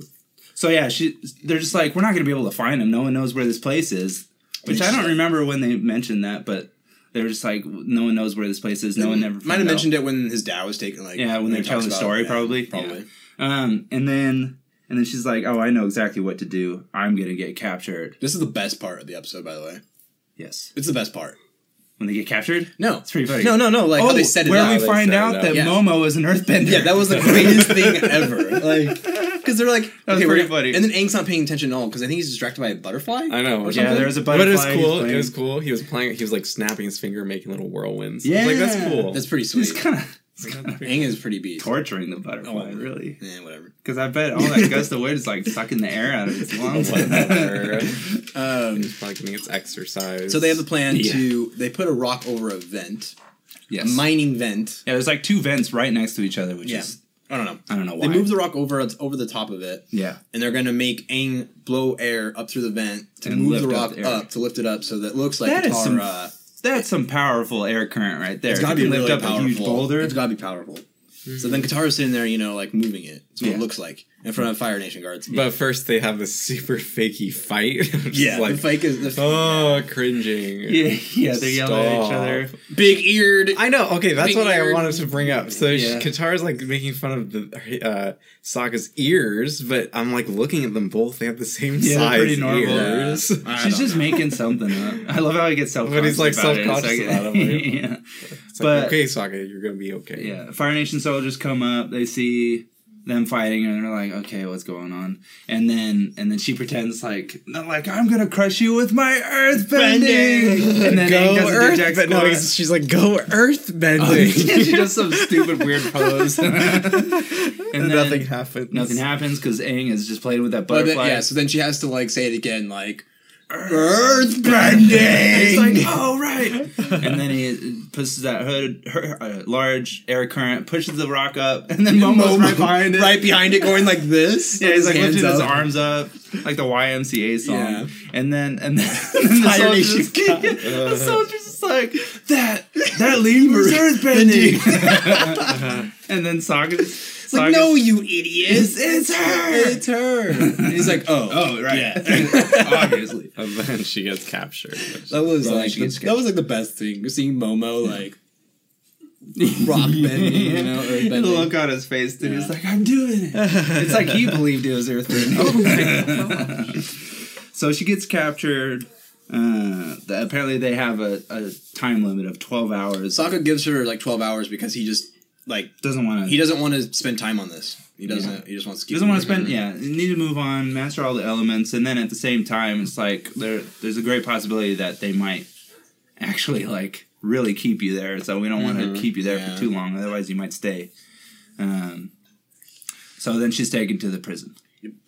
A: So yeah, she they're just like, we're not gonna be able to find him. No one knows where this place is. Which I don't remember when they mentioned that, but they were just like, no one knows where this place is. No one never
B: Might
A: found out.
B: have mentioned it when his dad was taken. Like
A: Yeah, when they're
B: he talks
A: telling the
B: about-
A: story,
B: yeah,
A: probably.
B: probably.
A: Um, and then and then she's like, oh, I know exactly what to do. I'm gonna get captured.
B: This is the best part of the episode, by the way.
A: Yes,
B: It's the best part.
A: when they get captured.
B: No,
A: It's pretty funny. Oh,
B: no, no, no. Like how they set it
A: where
B: up.
A: we find
C: set it
A: out
C: up.
A: that
B: Yeah.
A: Momo is an Earthbender.
B: Yeah, that was the greatest thing ever. Like, because they're like,
A: That was
B: okay, we're
A: pretty
B: gonna-
A: funny.
B: And then Aang's not paying attention at all because I think he's distracted by a butterfly.
C: I know.
A: Yeah, there was a
C: But it was
A: butterfly. he was
C: cool. It
A: playing.
C: was cool. He was playing. He was like snapping his finger, making little whirlwinds.
A: Yeah,
C: I was like that's cool.
B: That's pretty sweet.
A: It's kind of
B: Aang is pretty beast.
A: torturing the butterfly,
B: Oh.
A: really.
B: Eh, whatever.
A: Because I bet all that gust of wind is like sucking the air out of its lungs.
C: Whatever.
B: Um,
C: It's probably getting its exercise.
B: so they have the plan
A: Yeah.
B: to they put a rock over a vent, a
A: yes.
B: mining vent.
A: yeah, there's like two vents right next to each other, which
B: Yeah.
A: is
B: I don't know.
A: I don't know why.
B: They move the rock over it's over the top of it,
A: yeah,
B: and they're gonna make Aang blow air up through the vent to
A: And
B: move the
A: lift up
B: rock
A: the air.
B: up to lift it up so that it looks like
A: That is
B: it's
A: some-
B: uh,
A: that's some powerful air current right there.
B: It's
A: If
B: gotta
A: you
B: be
A: can
B: really
A: lift up
B: powerful.
A: a huge boulder.
B: It's gotta be powerful.
A: Hmm.
B: So then Katara's sitting there, you know, like moving it. That's what
A: Yeah.
B: it looks like in front of Fire Nation guards.
C: But first, they have this super fakey fight. I'm just
B: yeah,
C: like
B: the fake is the
C: oh, cringing.
A: yeah, yeah, they're yelling at each
C: Stop.
A: other.
B: big eared.
C: I know. Okay, that's what I
B: Figured.
C: wanted to bring up. So she-
A: Yeah.
C: Katara's like making fun of the uh, Sokka's ears, but I'm like looking at them both. They have the same
A: Yeah, they're
C: size
A: pretty normal.
C: ears.
A: She's just making something up. I love how he gets self.
C: But he's, like, self-conscious about it, right?
A: yeah.
C: It's
A: But-
C: like, okay, Sokka, you're gonna be okay.
A: Yeah, Fire Nation soldiers come up. They see them fighting, and they're like, "Okay, what's going on?" And then, and then she pretends like, not like I'm gonna crush you with my earth bending. And then Aang does a Jack
C: but no,
A: squat.
C: he's- she's like, go earth bending.
A: she does some stupid weird pose, and then
C: nothing happens.
A: Nothing happens because Aang is just playing with that
B: But then,
A: butterfly.
B: yeah, so then she has to like say it again, like
A: It's
B: Earthbending.
A: like, oh right. and then he pushes that hood, her, uh, large air current, pushes the rock up, and then Momo's right behind it.
B: right behind it, going like this.
A: Yeah, he's like lifting his
B: up.
A: arms up, like the YMCA song.
B: Yeah.
A: And then and then, and then the
B: Fire
A: soldier's,
B: Nation
A: just- the soldier's just like that Uh-huh. that lemur is earthbending. and then Saga,
B: It's like, no, you idiot.
A: it's, it's her.
B: It's her. And he's like, oh,
A: oh right,
B: Yeah.
A: obviously.
C: And then she gets captured.
B: That was
A: Probably
B: like
A: should get
B: the, that was like the best thing. Seeing Momo like rock bending, you know, earth
A: The
B: bending.
A: look on his face, dude. He's like, I'm doing it. It's like he believed it was earthbending. so she gets captured. Uh, the- apparently, they have a, a time limit of 12 hours.
B: Sokka gives her like twelve hours because he just like
A: Doesn't want to.
B: he doesn't want to spend time on this. He doesn't. He just wants to. Keep
A: He doesn't want to
B: moving.
A: spend. Yeah, you need to move on, master all the elements, and then at the same time, it's like there. There's a great possibility that they might actually like really keep you there. So we don't want to keep you there
B: Mm-hmm. yeah.
A: for too long, otherwise you might stay. Um. So then she's taken to the prison.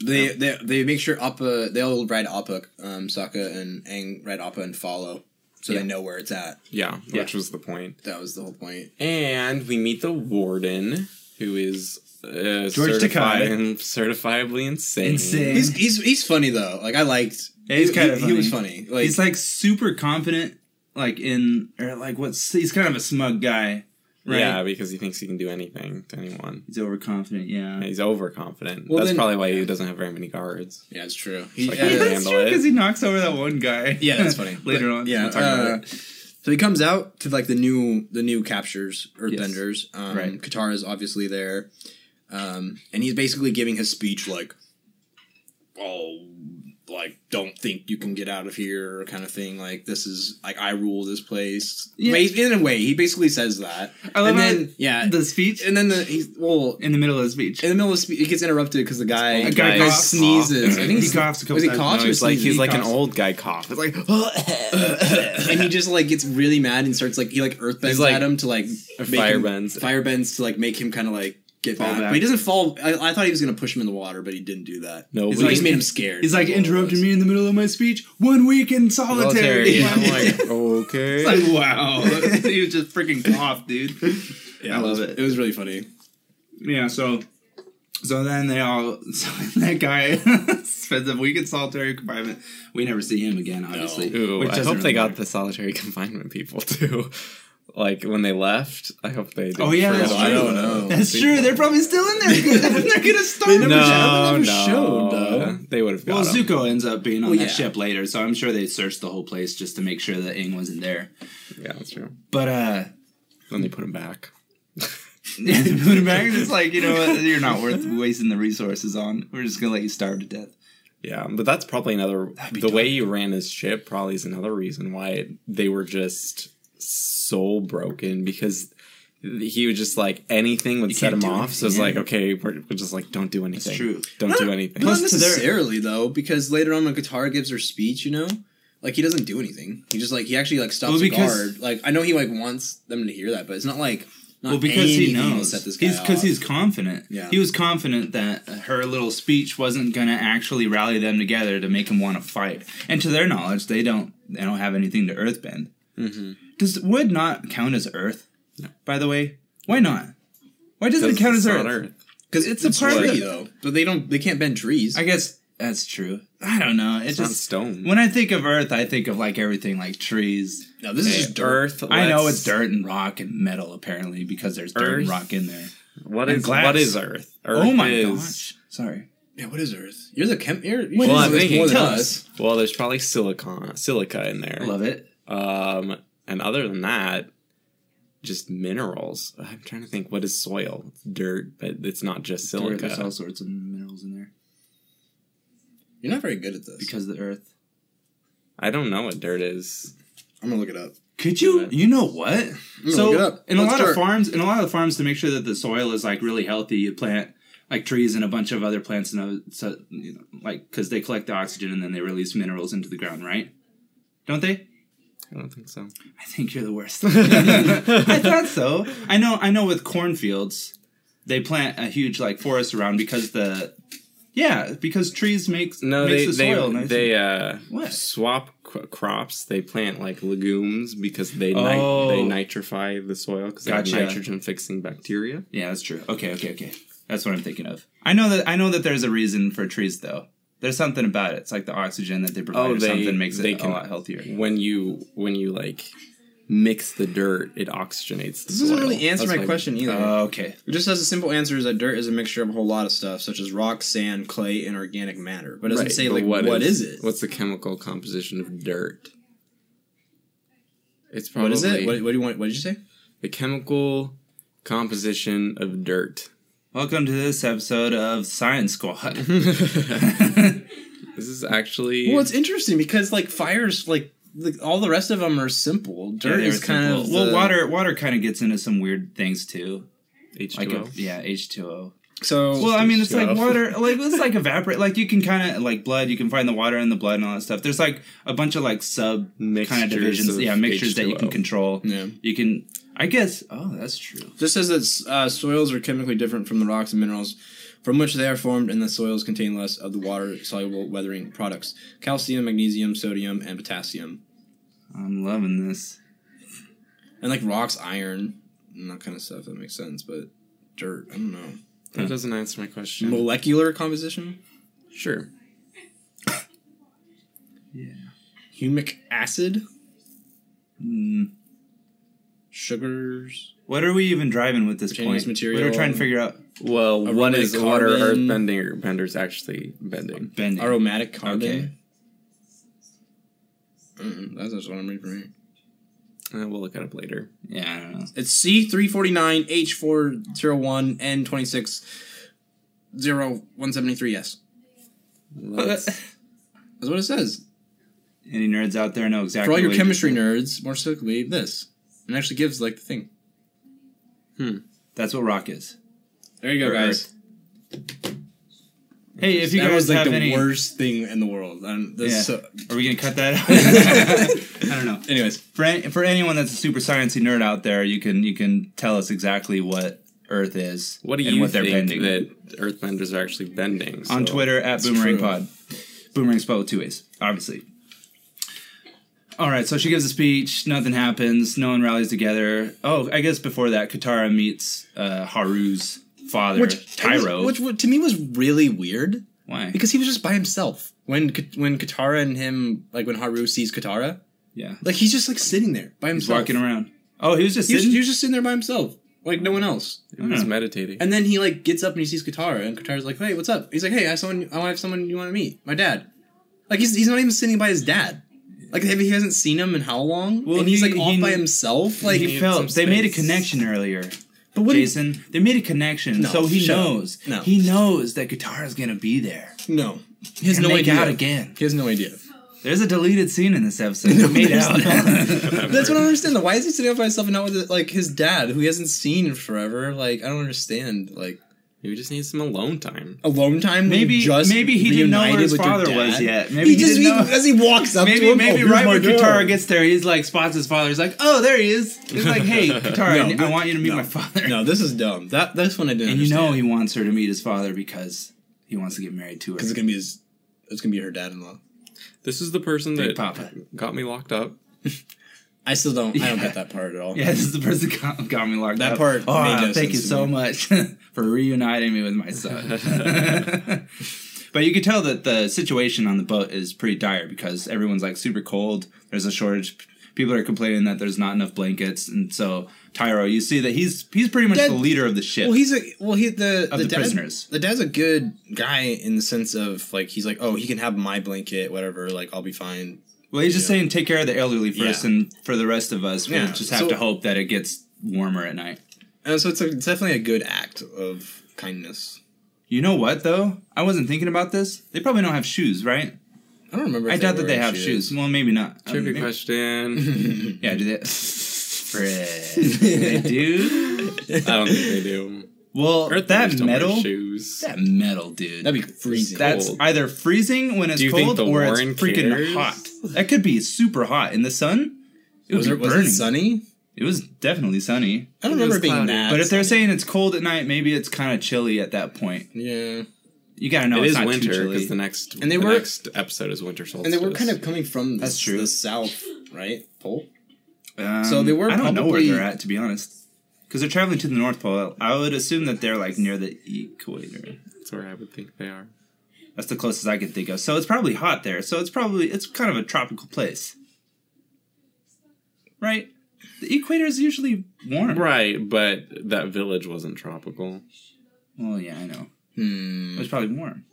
B: They, they they make sure Appa. They all ride Appa. Um, Sokka and Aang ride Appa and follow, so
A: Yeah.
B: they know where it's at.
C: Yeah,
A: Yeah.
C: which was the point.
B: That was the whole point.
C: And we meet the warden, who is uh,
A: George
C: certified
A: Takei.
C: and certifiably insane.
A: Insane.
B: He's he's he's funny though. Like I liked.
A: Yeah, he's
B: he-
A: kinda
B: he, he was funny. Like,
A: he's like super confident, like in or like what's he's kind of a smug guy, right?
C: Yeah, because he thinks he can do anything to anyone.
A: He's overconfident. Yeah.
C: And he's overconfident.
B: Well,
C: That's
B: then-
C: probably why he doesn't have very many guards.
B: yeah, it's true. He,
C: like,
B: uh,
C: he doesn't-
A: That's
C: handle
A: true
C: it.
A: because he knocks over that one guy.
B: yeah, that's funny.
A: Later
B: But,
A: on,
B: yeah.
A: we'll talk about
B: uh,
A: it.
B: so he comes out to like the new the new captures Earthbenders. Um,
A: Right.
B: Katara's obviously there, um, and he's basically giving his speech like, "Oh, like don't think you can get out of here," kind of thing. Like this is like I rule this place.
A: Yeah.
B: Ba- In a way, he basically says that.
A: I love
B: and
A: how
B: then yeah,
A: the speech
B: and then the he's well.
A: in the middle of the speech.
B: In the middle of speech, it gets interrupted because the guy,
A: A
B: the
A: guy
B: guy,
A: coughs.
B: sneezes. I think
A: he
B: he's-
A: coughs a couple
B: was he
A: times.
B: coughs
C: No,
B: or
C: he's like
B: sneezes?
C: he's
B: He
C: like an
B: coughs.
C: old guy cough. It's like
B: and he just like gets really mad and starts like he like earthbends
C: He's, like,
B: at him to like make him-
C: firebends.
B: firebends to like make him kind of like get
A: Fall
B: back.
A: back.
B: But he doesn't fall. I, I thought he was going to push him in the water, but he didn't do that.
C: No,
B: he's
C: but
B: like,
C: he's-
B: he's made him scared.
A: He's like
B: is what it
A: interrupting
B: was.
A: me in the middle of my speech. One week in solitary.
C: Solitary. I'm like, okay.
A: It's like, wow. he was just freaking off, dude.
B: Yeah,
A: I
B: it was-
A: love it.
B: It was really funny.
A: Yeah, so so then they all so that guy spends a week in solitary confinement. We never see him again, obviously.
C: Ooh,
A: which
C: I
A: doesn't
C: hope they
A: really
C: got
A: matter.
C: the solitary confinement people too. Like when they left, I hope they. Didn't
A: Oh yeah, that's
C: forget
A: true.
C: about
B: don't
C: it.
B: know.
A: That's true. They're probably still in there. They're gonna start.
B: They never
C: No,
B: never
C: no,
B: showed, though.
C: they would have got
A: well,
C: 'em.
A: Zuko ends up being on
B: Well,
A: that
B: yeah.
A: ship later, so I'm sure they searched the whole place just to make sure that Aang wasn't there.
C: Yeah, that's true.
A: But uh,
C: Then they put him back.
A: Yeah, they put him back. and It's like you know what? You're not worth wasting the resources on. We're just gonna let you starve to death.
C: Yeah, but that's probably another.
A: be
C: The way he ran his ship probably is another reason why it, they were just so broken because he would just like anything would
A: You
C: set
A: can't
C: him
A: do
C: off. So it's
A: anything,
C: like,
A: yeah.
C: okay, we're, we're just like, don't do anything.
A: true.
C: Don't do
B: Not-
C: anything.
B: Not
A: Plus to their-
B: necessarily though, because later on when Katara gives her speech, you know, like he doesn't do anything. He just like he actually like stops
A: Well,
B: the
A: because-
B: guard. Like I know he like wants them to hear that, but it's not like not
A: well, because he
B: anything will
A: knows
B: set this guy
A: he's because
B: off.
A: he's confident.
B: Yeah.
A: he was confident that her little speech wasn't going to actually rally them together to make him want to fight. And to their knowledge, they don't they don't have anything to earthbend.
B: Mm-hmm.
C: Mhm.
A: Does wood not count as earth? By the way, why not? Why doesn't it
C: Because
A: count as
C: it's
A: earth?
C: on Earth.
B: because it's a
A: it's part of
B: party
A: the-
B: though, but they don't they can't bend trees.
A: I guess that's true. I don't know. It
C: It's not
A: just
C: stone.
A: when I think of earth, I think of like everything like trees.
B: no, this is
C: Hey,
B: just dirt.
C: Earth.
A: I know
C: let's-
A: it's dirt and rock and metal apparently because there's dirt
C: Earth?
A: and rock in there.
C: What
A: and
C: is
A: glass.
C: what is Earth? Earth
A: oh my
C: is,
A: gosh! Sorry.
B: Yeah, what is Earth? You're the chem. You're, you
C: Well,
B: know
C: I'm
B: this
C: thinking.
B: more than
C: Tell
B: us.
C: us. Well, there's probably silicon, silica in there.
A: Love it.
C: Um, and other than that, just minerals. I'm trying to think what is soil? It's dirt, but it's not just
A: Dirt, There's all
C: silica.
A: sorts of minerals in there
B: You're not very good at this.
A: because of the earth.
C: I don't know what dirt is.
B: I'm gonna look it up.
A: Could you?
C: Right.
A: You know what?
B: I'm gonna
A: so
B: look it up.
A: in a
B: Let's
A: lot of
B: start.
A: farms, in a lot of farms, to make sure that the soil is like really healthy, you plant like trees and a bunch of other plants and other, so, you know, like because they collect the oxygen and then they release minerals into the ground, right? Don't they?
C: I don't think so.
A: I think you're the worst. I thought so. I know. I know. With cornfields, they plant a huge like forest around because the yeah because trees makes
C: No,
A: makes the
C: they they
A: soil nice.
C: they uh
A: What?
C: swap c- crops. They plant like legumes because they
A: Oh.
C: nit- they nitrify the soil because they
A: Gotcha.
C: have nitrogen fixing bacteria.
A: Yeah, that's true. Okay, okay, okay. That's what I'm thinking of. I know that I know that there's a reason for trees though. There's something about it. It's like the oxygen that they provide
C: Oh,
A: or
C: they-
A: something makes
C: they
A: it
C: can-
A: a lot healthier.
C: When you when you like mix the dirt, it oxygenates the
B: This
C: soil.
B: doesn't really answer
C: That's
B: my
C: why-
B: question either.
A: Oh, okay.
B: It just has a simple answer is that dirt is a mixture of a whole lot of stuff, such as rock, sand, clay, and organic matter. But it doesn't
C: Right,
B: say
C: but
B: like what is, it?
C: What's the chemical composition of dirt? It's probably
B: what is it? What, what do you want? What did you say?
C: the chemical composition of dirt.
A: Welcome to this episode of Science Squad.
C: this is actually
B: Well, it's interesting because like fires, like, like all the rest of them are simple.
A: Yeah,
B: Dirt
A: they
B: is
A: were
B: kind
A: simple.
B: of
A: well,
B: the-
A: water water kind of gets into some weird things too.
C: H2O.
A: Like a, yeah, H2O.
B: So
A: Well, I mean, it's like
C: H2O.
A: water, like it's like evaporate. Like you can kind of like blood. You can find the water in the blood and all that stuff. There's like a bunch of like sub kind
C: Mixtures
A: of divisions.
C: of
A: yeah, mixtures that you can
C: H2O.
A: control.
B: Yeah.
A: You can, I guess. Oh, that's true.
B: This says that uh, soils are chemically different from the rocks and minerals from which they are formed, and the soils contain less of the water-soluble weathering products: calcium, magnesium, sodium, and potassium.
A: I'm loving this.
B: And like rocks, iron, and that kind of stuff. That makes sense, but dirt, I don't know.
C: That doesn't answer my question.
B: Molecular composition,
C: sure.
B: humic acid,
A: Mm.
B: sugars.
A: What are we even driving with this
B: Chinese
A: point?
B: material.
A: We were trying to figure out
C: Well,
B: A
C: what
B: really
C: is water
B: carbon-
C: earth bender benders actually bending?
A: bending.
B: aromatic carbon.
A: Okay.
B: Mm, that's just what I'm reading from here.
C: Uh, we'll look it up later.
A: yeah, I don't know.
B: It's C three forty nine H four zero one N twenty six zero one seventy three S.
C: Let's-
B: That's what it says.
A: Any nerds out there know exactly?
B: For all your
A: what you just
B: chemistry
A: said.
B: nerds, more specifically, this. It actually gives like the thing.
A: that's what rock is.
B: There you go,
A: Or
B: guys.
A: Hey, if you
B: that
A: guys
B: was like
A: have
B: the
A: any,
B: worst thing in the world. And this
A: Yeah.
B: so,
A: are we gonna cut that? out? I don't know.
B: anyways,
A: For any, for anyone that's a super sciencey nerd out there, you can you can tell us exactly what Earth is.
C: What do
A: and
C: you
A: what they're
C: think
A: bending.
C: that Earthbenders are actually bending?
A: on
C: So
A: Twitter at
C: it's
A: Boomerang
C: true.
A: Pod. Boomerang spelled with two ways, obviously. All right, so she gives a speech. Nothing happens. No one rallies together. Oh, I guess before that, Katara meets uh, Haru's father, Tyro.
B: which, which to me was really weird
A: Why?
B: because he was just by himself when Ka- when Katara and him like when Haru sees Katara,
A: yeah,
B: like he's just like sitting there by
A: he's
B: himself,
A: walking around. Oh, he was just
B: He was,
A: sitting.
B: he was just sitting there by himself, like no one else.
C: He was
A: Yeah.
C: meditating.
B: And then he like gets up and he sees Katara, and Katara's like, "Hey, what's up?" He's like, "Hey, I have someone. I have someone you want to meet. My dad." Like he's he's not even sitting by his dad. Like have- he hasn't seen him in how long?
A: Well,
B: and he's
A: he-
B: like off
A: he-
B: by himself. Like,
A: he
C: needed
A: felt
C: some
A: they made a
C: space.
A: connection earlier.
B: but what?
A: Jason, they made a connection,
B: No,
A: so he
B: shut up.
A: knows.
B: No.
A: He knows that Katara's gonna be there.
B: No, he has
A: and
B: no
A: make
B: idea.
A: out again.
B: He has no idea.
A: There's a deleted scene in this episode. made
B: there's
A: out.
B: not. That's what I don't understand. though. Why is he sitting up by himself and not with his, like his dad, who he hasn't seen in forever? Like I don't understand. Like
C: Maybe he just needs some alone time.
B: alone time. when
A: Maybe-
B: you just
A: maybe he didn't know where
B: reunited
A: his
B: with your
A: father was
B: dad?
A: yet. Maybe
B: he,
A: he
B: just
A: didn't know.
B: as he walks up. to
A: Maybe
B: him, "Oh,
A: maybe
B: here's
A: right
B: my
A: when
B: dad."
A: Katara gets there, he's like spots his father. He's like, "Oh, there he is." He's like, "Hey, Katara,
B: No,
A: I want you to meet
B: no,
A: my father."
B: No, this is dumb. That this one I didn't.
A: and you know
B: understand.
A: he wants her to meet his father because he wants to get married to her.
B: because it's gonna be his. It's gonna be her dad-in-law.
C: This is the person
A: Big
C: that
A: Papa.
C: got me locked up.
B: I still don't. I don't
A: Yeah.
B: get that part at all.
A: Yeah, this is the person that got, got me locked
B: That
A: up.
B: part
A: Oh,
B: made no
A: thank you
B: sense to
A: so
B: me.
A: much for reuniting me with my son. but you can tell that the situation on the boat is pretty dire because everyone's like super cold. There's a shortage. People are complaining that there's not enough blankets, and so Tyro, you see that he's he's pretty much
B: That-
A: the leader of the ship.
B: Well, he's a well. He the
A: Of the
B: dad-
A: prisoners.
B: The dad's a good guy in the sense of like he's like, oh, he can have my blanket, whatever. Like I'll be fine.
A: Well, he's just
B: Yeah.
A: saying take care of the elderly first,
B: Yeah.
A: and for the rest of us,
B: Yeah,
A: we'll just have
B: so-
A: to hope that it gets warmer at night.
B: And Uh, so it's, a, it's definitely a good act of kindness.
A: You know what, though? I wasn't thinking about this. They probably don't have shoes, right?
B: I don't remember.
A: I
B: if
A: doubt that they
B: were
A: have shoes. Well, maybe not. Um,
C: Trivia
A: maybe-
C: question.
A: Yeah, do they? Frick. they do?
C: I don't think they do.
A: Well, that
C: Earthbenders don't wear
A: metal.
C: shoes.
A: That metal, dude.
B: That'd be freezing.
A: That's
C: cold.
A: either freezing when it's
C: Do you think
A: cold
C: the
A: or it's
C: Warren
A: freaking
C: cares?
A: hot. That could be super hot in the sun. It
B: was,
A: was,
B: there,
A: be
B: was
A: burning.
B: it sunny?
A: It was definitely sunny.
B: I don't
C: It was
B: remember it being
C: cloudy.
B: that.
A: But if they're
B: sunny.
A: saying it's cold at night, maybe it's kind of chilly at that point.
B: yeah,
A: You gotta know
C: it
A: it's
C: is
A: not too
C: winter
A: chilly.
C: because the next
B: And they
C: the
B: were-
C: next episode is winter solstice.
B: and they were kind of coming from the,
A: That's true.
B: the south, right? Pole.
A: Um,
B: So they were
A: I don't know where
B: probably-
A: they're at to be honest, because they're traveling to the North Pole. I would assume that they're like near the equator.
C: That's where I would think they are.
A: That's the closest I could think of. So it's probably hot there. So it's probably it's kind of a tropical place, right? The equator is usually warm.
C: Right, but that village wasn't tropical.
A: Well, yeah, I know.
B: Hmm.
A: It's probably warm.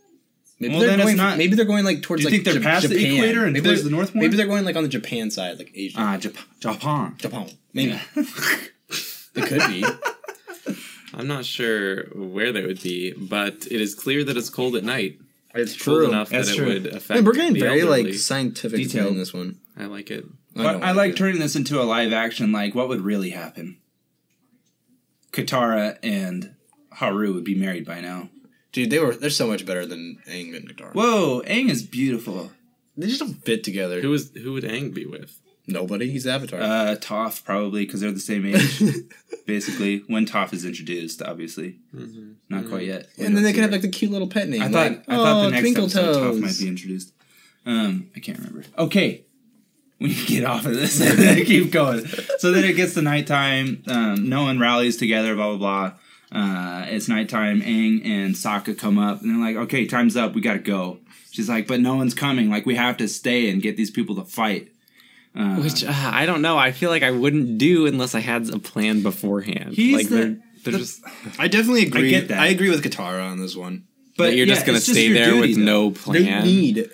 B: Maybe
A: Well,
B: they're
A: then it's
B: going.
A: not-
B: maybe they're going like
A: Do
B: towards
A: you
B: like
A: think they're
B: Ja-
A: past the
B: Japan.
A: equator and
B: maybe
A: towards the
B: they're-
A: north one?
B: Maybe they're going like on the Japan side, like Asia,
A: Ah, Jap- Japan.
B: Japan. Uh, Maybe
A: Yeah.
B: it could be.
C: I'm not sure where they would be, but it is clear that it's cold at night.
B: It's
C: Cold enough
A: That's
C: that
A: true.
C: it would affect.
B: Man, we're getting
C: the
B: very
C: elderly.
B: like scientific
A: Detailed.
B: in this one.
C: I like it.
A: But
B: don't
A: I like
B: it.
A: turning this into a live action. Like, what would really happen? Katara and Haru would be married by now.
B: dude. They were they're so much better than Aang and Guitar.
A: Whoa, Aang is beautiful.
B: They just don't fit together.
C: Who is who would Aang be with?
B: Nobody. He's Avatar.
A: Uh, Toph probably because they're the same age, basically. When Toph is introduced, obviously, not quite yet.
B: and then they could have like the cute little pet name.
A: I thought
B: like,
A: I thought
B: oh,
A: the next
B: Twinkle
A: episode
B: Toes.
A: Toph might be introduced. Um, I can't remember. Okay, we can get off of this. and Keep going. So then it gets to nighttime. Um, no one rallies together. Blah blah blah. Uh, it's nighttime. Aang and Sokka come up, and they're like, "Okay, time's up. We gotta go." She's like, "But no one's coming. Like we have to stay and get these people to fight." Uh,
C: Which uh, I don't know. I feel like I wouldn't do unless I had a plan beforehand.
A: He's
C: like
A: the-
C: they're, they're
A: the-
C: just
B: I definitely agree.
A: I get that.
B: I agree with Katara on this one.
C: but you're
A: yeah,
C: just gonna
A: it's just
C: stay
A: your
C: there
A: duty,
C: with
A: though.
C: no
B: They
C: plan.
B: need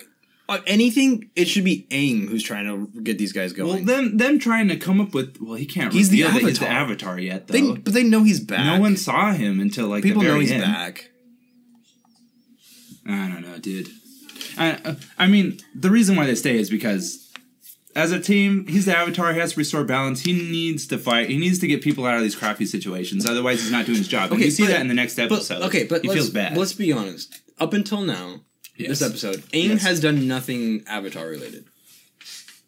B: on Uh, anything. It should be Aang who's trying to get these guys going.
A: Well, them them trying to come up with well, he can't.
B: He's the
A: reveal that he's the
B: avatar.
A: avatar yet, though.
B: they, but they know he's back.
A: no one saw him until like
B: People
A: the very
B: know he's
A: end.
B: back.
A: I don't know, dude. I uh, I mean, the reason why they stay is because as a team, he's the avatar. He has to restore balance. He needs to fight. He needs to get people out of these crappy situations. Otherwise, he's not doing his job. and
B: Okay,
A: you see
B: but-
A: that in the next
B: But
A: episode.
B: okay, but
A: he
B: let's,
A: feels bad.
B: Let's be honest. Up until now,
A: Yes.
B: this episode, Aang
A: Yes.
B: has done nothing Avatar related.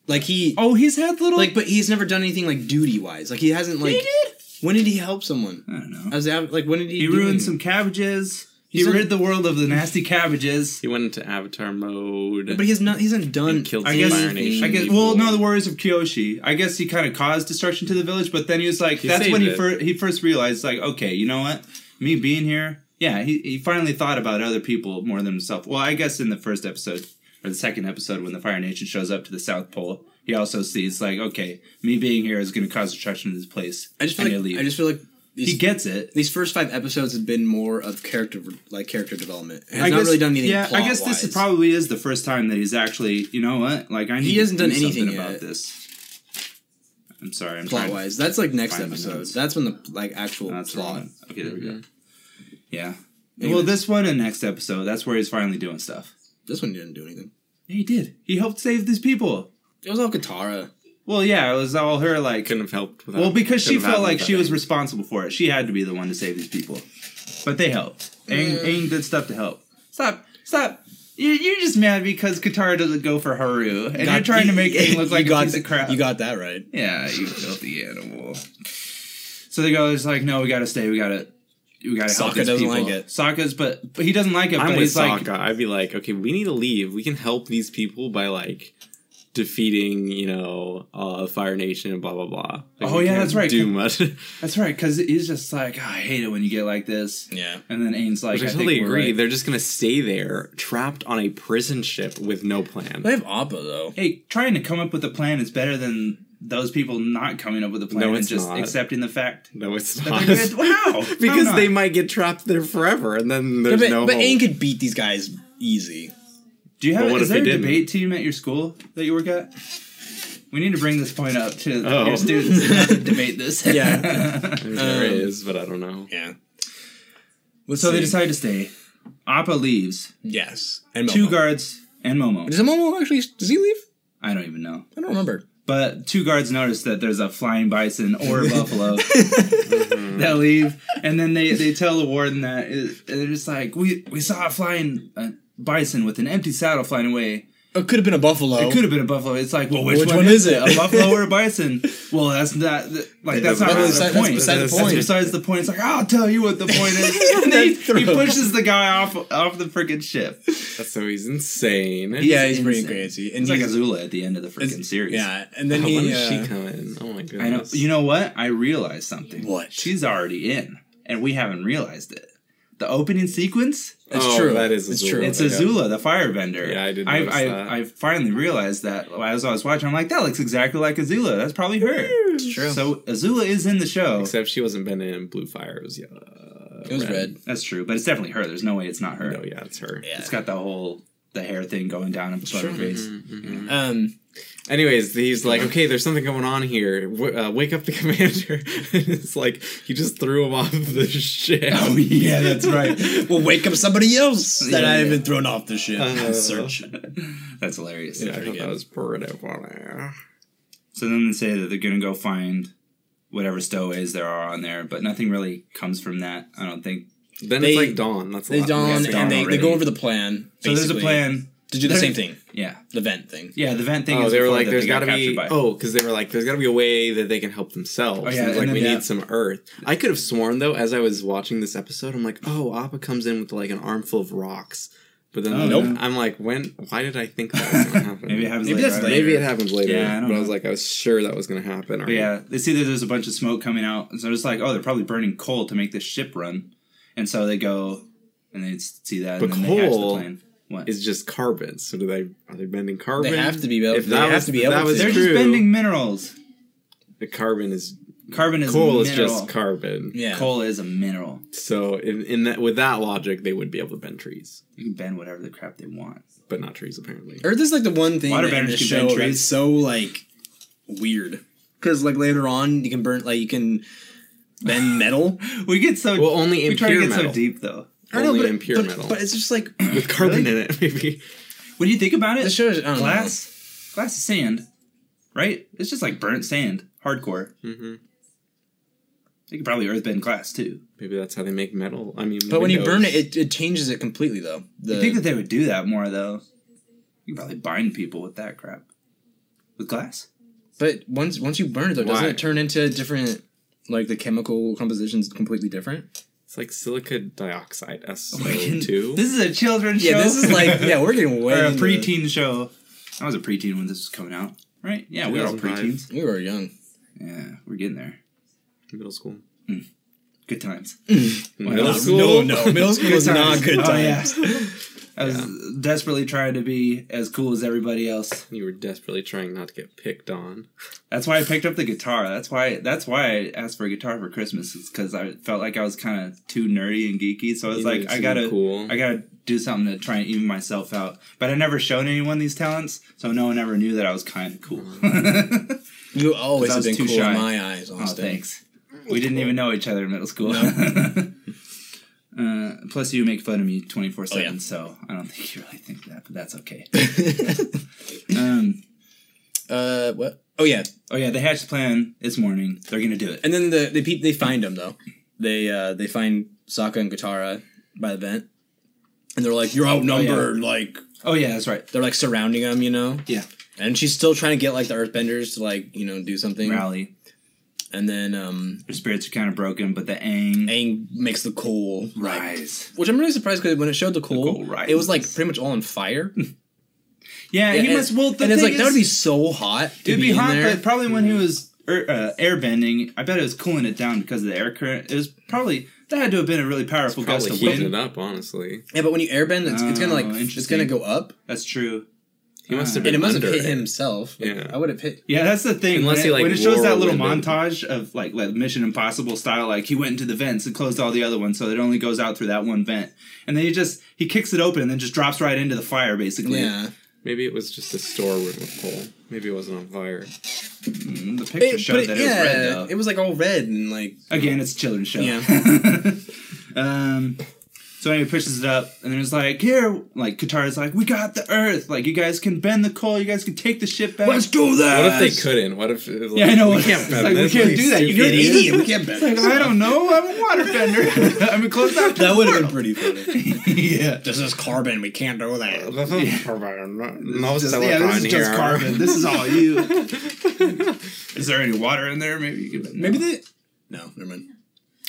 B: Like he,
A: Oh, he's had little
B: like, but he's never done anything like duty wise. Like he hasn't like
A: He did.
B: When did he help someone?
A: I don't know.
B: I was av- like, when did he?
A: He
B: do
A: ruined
B: it?
A: some cabbages. He
B: He's a-
A: rid the world of the nasty cabbages.
C: He went into avatar mode.
B: But he's not. He's
C: and
B: undone.
C: killed
A: I
C: some
A: guess-
C: Fire Nation
A: I guess.
C: people.
A: Well, no, the warriors of Kyoshi. I guess he kind of caused destruction to the village, but then he was like,
C: He
A: that's when
C: saved
A: he
C: it.
A: first he first realized, like, okay, you know what? Me being here, yeah. He he finally thought about other people more than himself. Well, I guess in the first episode or the second episode when the Fire Nation shows up to the South Pole, he also sees like, okay, me being here is going to cause destruction to this place.
B: I just
A: I
B: feel
A: need to
B: like.
A: leave.
B: I just feel like these,
A: he gets it.
B: these first five episodes have been more of character like character development. It has
A: I
B: not
A: guess-
B: really done anything.
A: Yeah, I guess this
B: plot-wise.
A: is probably is the first time that he's actually, you know what? Like I need. to
B: hasn't
A: do
B: done
A: something
B: anything
A: about
B: yet.
A: this. I'm sorry. I'm
B: plot
A: trying.
B: wise. That's like next
A: Find my
B: episode.
A: notes.
B: That's when the like actual
A: No, that's the
B: plot. Mm-hmm.
A: wrong one. Okay, there we go. Yeah.
B: Anyways.
A: Well, this one and next episode, that's where he's finally doing stuff.
B: This one didn't do anything.
A: He did. He helped save these people.
B: It was all Katara.
A: Well, yeah, it was all her like.
C: couldn't have helped. Without,
A: Well, because she
C: couldn't have
A: felt
C: happened
A: like
C: without
A: she was
C: Aang.
A: responsible for it. She had to be the one to save these people. But they helped. Aang,
B: Mm.
A: Aang did stuff to help. Stop. Stop. You- You're just mad because Katara doesn't go for Haru, and you're trying to make Aang look like
B: you got
A: a piece
B: th-
A: of crap.
B: You got that right.
A: yeah, you filthy animal. So they go. It's like, no, we gotta stay. We gotta, we gotta help
B: Sokka
A: these
B: doesn't
A: people.
B: like it.
A: Sokka's, but, but he doesn't like it.
C: I'm
A: but
C: with
A: he's like,
C: Sokka. I'd be like, okay, we need to leave. We can help these people by like defeating, you know, uh, Fire Nation and blah blah blah. Like,
A: Oh,
C: we
A: yeah,
C: can't
A: that's right.
C: Do much. Which
A: That's right, because he's just like, "Oh, I hate it when you get like this.
B: Yeah.
A: And then Aang's like,
C: I
A: I,
C: totally
A: think we're
C: agree.
A: right."
C: They're just gonna stay there, trapped on a prison ship with no plan.
B: They have Appa though.
A: Hey, trying to come up with a plan is better than those people not coming up with a plan
C: No,
A: and
C: it's
A: just
C: not.
A: accepting the fact.
C: No, it's
A: That
C: not.
A: they're good. Wow,
C: because
A: How
C: they
A: not?
C: might get trapped there forever, and then there's
B: but
C: no.
B: but
C: hope.
B: Aang could beat these guys easy.
A: do you have
C: But what
A: is
C: if
A: there a
C: they didn't?
A: debate team at your school that you work at? We need to bring this point up to
C: Oh.
A: your students and have to debate this.
B: Yeah.
C: I mean, there
B: Um,
C: is, but I don't know.
B: Yeah.
A: so they decide to stay. Appa leaves.
B: Yes. And
A: Two
B: Momo.
A: guards and Momo.
B: Does Momo actually? Does he leave?
A: I don't even know.
B: I don't remember.
A: But two guards notice that there's a flying bison or a buffalo that leave, and then they, they tell the warden that it, they're just like, we we saw a flying uh, bison with an empty saddle flying away.
B: It could have been a buffalo.
A: It could have been a buffalo. It's like, well, Oh. which, one, is it? A buffalo or a bison? Well, that's not th- like that's not
B: That's
A: really
B: beside- that's
A: the point.
B: beside the point.
A: besides the point. It's like I'll tell you what the point is. and then he,
B: Throw
A: he
B: him.
A: pushes the guy off off the freaking ship.
C: So he's insane.
B: yeah, he's pretty
A: Insane.
B: crazy. And
A: It's like
B: he's-
A: Azula at the end of the freaking
B: it's-
A: series.
B: Yeah, and then
C: Oh, when
B: he.
C: does
B: uh,
C: she come in? Oh my goodness.
A: I know. You know what? I realized something.
B: What?
A: She's already in, and we haven't realized it. The opening sequence.
B: That's
C: Oh,
B: true.
C: that is
B: It's
C: Azula.
B: true.
A: It's
C: yeah.
A: Azula, the firebender.
C: Yeah, I did
A: I,
C: notice
A: I,
C: that.
A: I finally realized that as I was watching. I'm like, that looks exactly like Azula. That's probably her.
B: true.
A: So Azula is in the show.
C: Except she wasn't been in Blue Fire. It was, uh,
B: it was red.
A: That's true, but it's definitely her. There's no way it's not her.
C: No, yeah, Mm-hmm. it's her.
B: Yeah.
A: It's got the whole the hair thing going down in front of her face.
B: Um.
C: Anyways, he's like, okay, there's something going on here. W- uh, wake up the commander. and it's like, he just threw him off the ship.
A: Oh yeah, that's right.
B: Well, wake up somebody else that
A: Yeah,
B: I have
A: yeah.
B: been thrown off the ship.
C: Uh,
B: Search.
A: that's hilarious.
C: yeah, I thought
B: good.
C: that was pretty funny.
A: So then they say that they're gonna go find whatever stowaways there are on there, but nothing really comes from that. I don't think.
C: Then
B: They-
C: it's like dawn. That's a
B: They
C: lot.
B: dawn
A: It's
B: and they,
A: already.
B: they go over the plan.
A: So there's a
B: basically,
A: plan.
B: to do the
A: There-
B: same thing,
A: Yeah,
B: the vent thing.
A: yeah. The vent thing.
C: Oh,
A: is
C: they were
A: before
C: like,
A: that
C: "There's
A: they got
C: gotta
A: captured
C: be
A: by.
C: oh, because they were like, there's gotta be a way that they can help themselves."
A: Oh, yeah,
C: And
A: and
C: it's like
A: then-
C: we
A: yeah.
C: need some earth. I could have sworn though, as I was watching this episode, I'm like, "Oh, Appa comes in with like an armful of rocks," but then
A: Oh,
C: I'm,
A: Nope.
C: I'm like, "When? Why did I think that was gonna happen?"
A: Maybe it happens
B: Maybe
A: later.
B: that's
A: I don't
B: later.
C: Maybe
A: know.
C: it happens later.
A: Yeah, I don't
C: but I was
A: know.
C: like, I was sure that was gonna happen.
A: But yeah, they see that there's a bunch of smoke coming out, and so it's like, oh, they're probably burning coal to make this ship run, and so they go and they s- see that,
C: But
A: and then they hatch the
C: coal
A: plan. What?
C: It's just carbon. So do they are they bending carbon?
B: They have to be able.
C: If
B: they
C: that
B: have
C: was-
B: to be
C: if
B: able.
C: that
B: to.
C: was
A: they're
C: true.
A: just bending minerals.
C: the carbon is
A: Carbon is
C: coal
A: a
C: is
A: mineral.
C: just carbon.
B: yeah.
A: Coal is a mineral.
C: So in, in that with that logic, they would be able to bend trees,
A: You can bend whatever the crap they want.
C: but not trees apparently.
B: Earth is like the one thing
A: Water
B: that in
A: benders
B: this
A: can bend
B: show
A: trees.
B: that's so like weird. Because like later on, you can burn like you can bend metal.
A: We get so
C: Well, only in
A: we try to
C: pure
A: get so
C: metal.
A: deep though.
B: I know,
C: Only
B: but,
C: in pure
B: but,
C: metal.
B: but it's just like
C: with carbon in it, maybe.
A: When you think about it,
B: the show. Is, I don't know.
A: glass, glass of sand, right? It's just like burnt sand, hardcore.
C: hmm
A: They could probably earthbend glass too.
C: Maybe that's how they make metal. I mean,
B: But when you burn it, it,
C: windows.
B: it changes it completely though. The,
A: I think that they would do that more though. You could probably bind people with that crap, with glass.
B: but once once you burn it though,
C: Why?
B: doesn't it turn into different? Like the chemical composition is completely different.
C: It's like silica dioxide
A: Fucking-
C: SO2.
A: This is a children's show.
B: Yeah, this is like yeah, we're getting way
A: or a
B: into-
A: preteen show. I was a preteen when this was coming out, right? Yeah, we were all
C: 2005.
A: preteens.
B: We were young.
A: Yeah, we're getting there.
C: Middle school.
A: Good times.
C: Middle
A: not?
C: school?
B: Uh, No, no, middle school was not good
A: Oh, yeah.
B: times.
A: I was desperately trying to be as cool as everybody else.
C: You were desperately trying not to get picked on.
A: That's why I picked up the guitar. That's why. That's why I asked for a guitar for Christmas. Is because I felt like I was kind of too nerdy and geeky. So I was
C: You
A: like,
C: needed
A: I
C: something
A: gotta,
C: cool.
A: I gotta do something to try and even myself out. But I never showed anyone these talents, so no one ever knew that I was kind of cool.
B: You always
A: I
B: have
A: was
B: been
A: too
B: cool
A: shy.
B: in my eyes,
A: Oh,
B: honestly.
A: thanks. We didn't even know each other in middle school. uh, plus, you make fun of me 24
B: Oh,
A: 7,
B: yeah.
A: so I don't think you really think that, but that's okay. um,
B: uh, what? Oh yeah,
A: oh, yeah, they hatched the plan this morning. They're going to do it.
B: and then the, the pe- they find them though. They uh they find Sokka and Katara by the vent, and they're like, "You're outnumbered." Like
A: Oh, yeah, that's right.
B: they're like surrounding them, you know.
A: Yeah.
B: And she's still trying to get like the Earthbenders to like you know do something.
A: Rally.
B: And then um,
A: Their spirits are kind of broken, but the Aang
B: Aang makes the coal
A: rise.
B: which I'm really surprised because when it showed the coal,
A: coal rises.
B: it was like pretty much all on fire.
A: Yeah, he
B: and,
A: must. Well, the
B: and it's
A: thing
B: like that would be
A: is,
B: so hot. To
A: it'd be, hot,
B: in there.
A: but probably when he was air, uh, airbending, I bet it was cooling it down because of the air current. It was probably. That had to have been a really powerful gust
C: Probably
A: of
C: heated
A: wind.
C: it up, honestly.
B: yeah, but when you airbend, it's, it's gonna
A: Oh,
B: like it's
A: interesting.
B: gonna go up,
A: That's true.
C: He must
B: and
A: Ah.
C: have been
B: it must have
C: under
B: hit
C: it.
B: himself. Like,
C: Yeah.
B: I would have hit.
A: Yeah, that's the thing.
C: Unless
A: when
C: he,
A: it,
C: like,
A: when it shows that little
C: whirlwinded.
A: montage of like, like Mission Impossible style, like he went into the vents and closed all the other ones, so it only goes out through that one vent, and then he just he kicks it open and then just drops right into the fire, basically.
B: Yeah,
C: Maybe it was just a storeroom with coal. Maybe it wasn't on fire.
A: Mm, the picture
B: it,
A: showed
B: but it,
A: that
B: yeah,
A: it was red. Though.
B: it was like all red and like
A: Again, it's a children's show.
B: Yeah.
A: um. So anyway, he pushes it up, and then it's like, here, like Katara's like, we got the Earth, like you guys can bend the coal, you guys can take the ship back.
B: do
C: What
B: that.
C: if they couldn't? What if it was like,
A: Uh, yeah, I know.
C: We can't,
A: It's
C: bend
A: like, we
C: this,
A: can't
C: like,
A: do that.
C: stupid
A: You're an idiot.
B: We can't bet.
A: Like, I don't know. I'm a waterbender. I'm a close out. to
B: That
A: the
B: would have been
A: world.
B: pretty funny.
A: yeah.
B: this is carbon. We can't do that.
C: This is carbon. No
A: Just-
C: silicon
A: yeah, this is
C: here.
A: just carbon. This is all you. is there any water in there? Maybe you could.
B: Maybe they. No, never mind.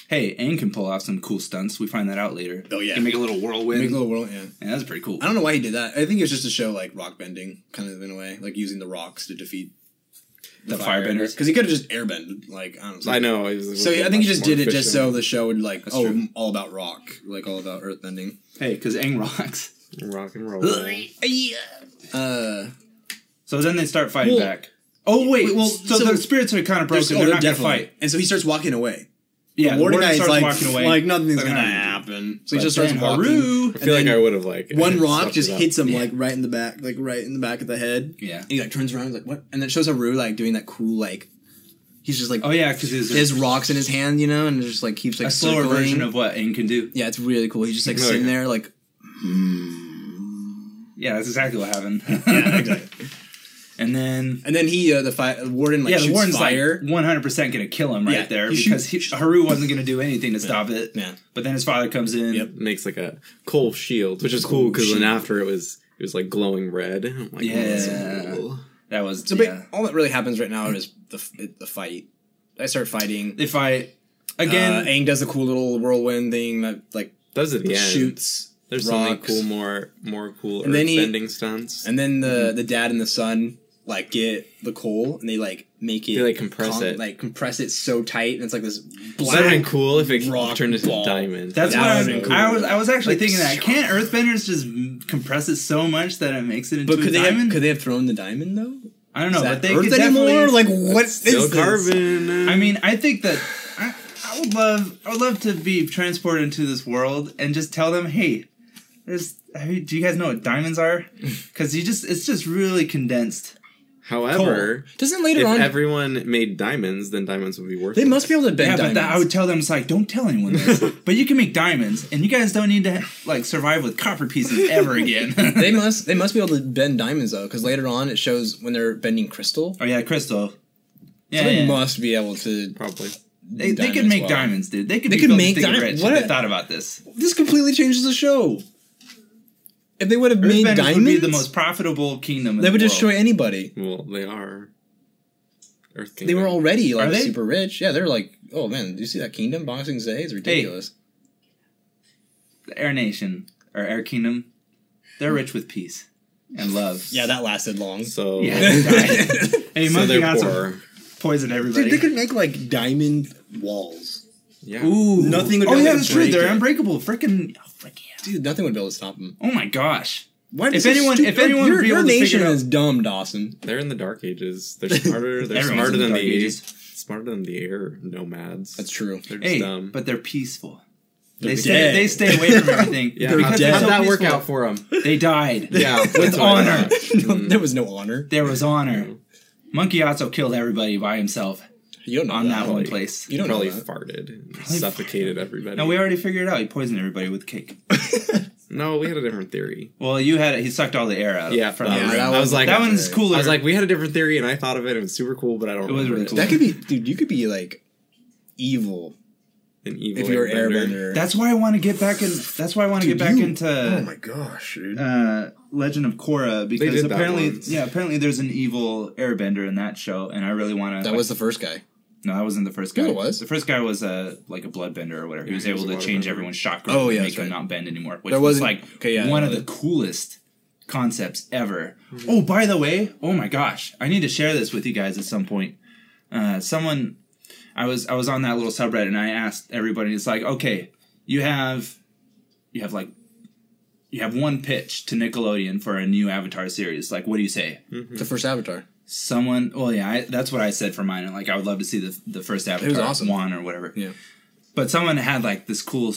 A: Hey, Aang can pull off some cool stunts. We find that out later.
B: Oh, yeah.
A: Can make a little whirlwind.
B: Make a little world. Yeah.
A: yeah, that's pretty cool.
B: I don't know why he did that. I think it was just to show like rock bending, kind of in a way, like using the rocks to defeat
A: The firebenders.
B: Because he could have just airbended, like honestly.
C: I know. it was-
B: So yeah, I think he just
C: much more
B: did it just so
C: efficient.
B: the show would like
A: That's
B: oh
A: true.
B: m- all about rock, like all about earthbending.
A: Hey, because Aang rocks.
C: rock and roll.
B: Uh,
A: So then they start fighting
B: Well-
A: back. Oh wait,
B: Wait, well,
A: so,
B: so- oh,
A: their spirits are kind of broken. They're, not gonna fight.
B: And so he starts walking away.
A: Yeah, the
B: Warden
A: warden
B: guy's
A: starts
B: like,
A: walking away.
B: like nothing's
A: Like,
B: gonna
A: nah.
B: happen. So he
A: But
B: just starts
A: then
B: walking.
A: Haru-
B: and
C: I feel like
B: then
C: I would have like
B: One rock
C: stopped
B: just
C: it up.
B: hits him like right in the back, like right in the back of the head.
A: yeah.
B: And he like turns around, he's like what? And then it shows Haru like doing that cool like, he's just like
A: Oh yeah, because it's
B: his rocks in his hand, you know, and it just like keeps like
A: a slower
B: circling.
A: version of what Aang can do.
B: Yeah, it's really cool. He's just like
C: Oh,
B: sitting
C: yeah.
B: there, like
A: Yeah, that's exactly what happened. and then
B: And then he, uh, the fi- warden, like
A: yeah, the
B: shoots
A: warden's
B: fire.
A: like one hundred percent gonna kill him right
B: Yeah,
A: there
B: he
A: because he,
B: shoots-
A: Haru wasn't gonna do anything to stop it.
B: yeah.
A: But then his father comes in.
B: Yep.
C: makes like a coal shield, which is cool because then after it was it was like glowing red. I'm like, oh, that's
A: Yeah.
C: cool.
A: That was
B: so, but
A: yeah.
B: all that really happens right now is the f- it- the fight. I start fighting.
A: They fight
B: Again,
A: again.
B: uh, Aang does the cool little whirlwind thing that like
C: That was at the end.
B: shoots
C: There's so many
B: rocks,
C: cool, more more cool
B: And then he-
C: bending stunts.
B: and then the
A: Mm-hmm.
B: the dad and the son like get the coal and they like make it
C: They, like, compress it.
B: like compress it so tight and it's like this
C: That'd have
B: black
C: been cool if it
B: rock
C: turned into
B: ball.
C: diamond.
A: that's
B: that
A: what I was,
B: would've been cool.
A: I was. I was actually
B: Like,
A: thinking that. Can't Earthbenders just m- compress it so much that it makes it into
B: But
A: a
B: could they
A: diamond?
B: have, could they have thrown the diamond though?
A: I don't know,
B: Is
A: but
B: that
A: they could
B: Earth
A: definitely.
B: anymore? Like what's
C: Still
B: this?
C: carbon.
A: I mean, I think that I, I would love. I would love to be transported into this world and just tell them, hey. There's, have you- do you guys know what diamonds are? Because you just—it's just really condensed.
C: however,
B: Doesn't later
C: if
B: on
C: everyone made diamonds, then diamonds would be worth.
B: they must be able to bend
A: Yeah,
B: diamonds.
A: but that, I would tell them it's like, don't tell anyone this, but you can make diamonds, and you guys don't need to like survive with copper pieces ever again.
B: they must they must be able to bend diamonds though, because later on it shows when they're bending crystal.
A: oh yeah, crystal. Yeah,
B: so they
A: yeah.
B: must be able to.
C: probably.
A: they, they could
B: diamonds
A: make
B: well.
A: diamonds, dude. They could.
B: They
A: be
B: could
A: built to
B: make
A: think of
B: diamonds.
A: rich if
B: What?
A: They thought about this.
B: This completely changes the show. If they would have made
A: Earthbenders
B: diamonds,
A: would be the most profitable kingdom. In
B: they would
A: the world.
B: destroy anybody.
C: Well, they are. Earth Kingdom.
B: They were already
A: Are
B: like
A: they?
B: super rich. Yeah, they're like, oh man, did you see that Kingdom Boxing Day? It's ridiculous.
A: The Air Nation or Air Kingdom, they're rich with peace and love.
B: Yeah, that lasted long.
C: so
A: Yeah. Hey,
C: so
A: Monkey
C: they're
A: Hots
C: poor.
A: poison
E: Dude,
A: everybody.
E: they could make like diamond walls.
C: Yeah.
A: Ooh,
E: Nothing would be
A: oh yeah,
E: able to
A: that's true.
E: break
A: They're
E: it.
A: unbreakable. Freaking. Oh, frick yeah.
B: Dude, nothing would be able to stop them.
A: Oh my gosh.
E: Why
A: If
E: so
A: anyone-
E: stupid?
A: if anyone
B: Your,
A: would be
B: your
A: able to
B: nation
A: figure it out.
B: is dumb, Dawson.
C: They're in the dark ages. They're smarter. They're
A: Everyone's in
C: smarter
A: the
C: than
A: Dark
C: the
A: Ages.
C: smarter than the air nomads.
B: That's true.
C: They're just
A: Hey,
C: dumb.
A: but they're peaceful.
B: They're
A: they stay.
B: dead.
A: They stay away from everything.
C: yeah,
A: because
C: how'd
A: they're so
C: that work
A: peaceful.
C: out for them?
A: They died.
C: Yeah,
A: with
C: that's what I
A: honor.
C: thought.
B: No, there was no honor.
A: There was honor.
C: Yeah.
A: Monkey Otso killed everybody by himself
B: You don't know
A: on that
B: that
A: one
C: Probably.
A: place.
B: You don't know
C: probably
B: that.
C: farted, and suffocated everybody.
A: No, we already figured it out. He poisoned everybody with cake.
C: No, we had a different theory.
A: Well, you had it. He sucked all the air out.
C: Yeah,
A: from
C: that
A: the
C: was-
A: room.
C: I was like,
A: that one's cooler.
C: I was like, we had a different theory, and I thought of it, and it was super cool, but I don't.
A: It was
C: remember
A: really cool.
B: That could be, dude. You could be like evil
C: An evil
B: if you're an
C: airbender.
B: airbender.
A: that's why I want to get back in. That's why I want to get
E: Dude,
A: back
E: you-
B: Uh,
E: Oh
A: into
E: my gosh, dude.
A: uh, Legend of Korra because
C: did that
A: apparently,
C: once.
A: yeah, apparently there's an evil airbender in that show, and I really want to.
B: that was the first guy.
A: no, that wasn't the first guy.
B: No, it was.
A: The first guy was uh, like a bloodbender or whatever. he
C: Yeah,
A: was
C: he was
A: able
C: a
A: to
C: waterbender.
A: change everyone's chakra.
B: Oh,
A: and
B: yeah,
A: make
B: that's
A: him
B: right.
A: not bend anymore. Which
B: There
A: was
B: wasn't-
A: like
B: okay, yeah, uh,
A: one
B: no,
A: of the
B: that-
A: coolest concepts ever. Oh, by the way, oh my gosh, I need to share this with you guys at some point. Uh, someone, I was I was on that little subreddit and I asked everybody. It's like, okay, you have, you have like, you have one pitch to Nickelodeon for a new Avatar series. Like, what do you say?
B: The first Avatar.
A: Someone, well, yeah, I, that's what I said for mine. and, Like, I would love to see the the first Avatar
B: awesome.
A: one or whatever.
B: Yeah.
A: But someone had like this cool,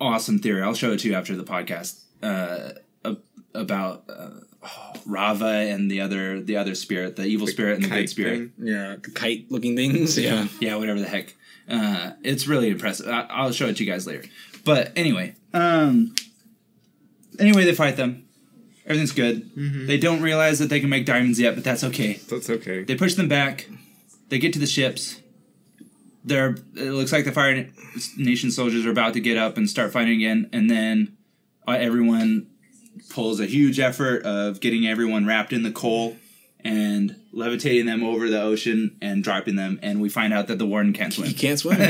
A: awesome theory. I'll show it to you after the podcast uh, ab- about uh, oh, Rava and the other the other spirit, the evil spirit and the
C: Kite
A: good spirit.
C: thing.
B: Yeah, kite looking things. Yeah.
A: Yeah, whatever the heck. Uh, it's really impressive. I- I'll show it to you guys later. But anyway, um, anyway, they fight them. Everything's good. They don't realize that they can make diamonds yet, but that's okay.
C: That's okay.
A: They push them back. They get to the ships. They're, it looks like the Fire Nation soldiers are about to get up and start fighting again, and then uh, everyone pulls a huge effort of getting everyone wrapped in the coal and levitating them over the ocean and dropping them, and we find out that the Warden can't swim.
B: You can't swim.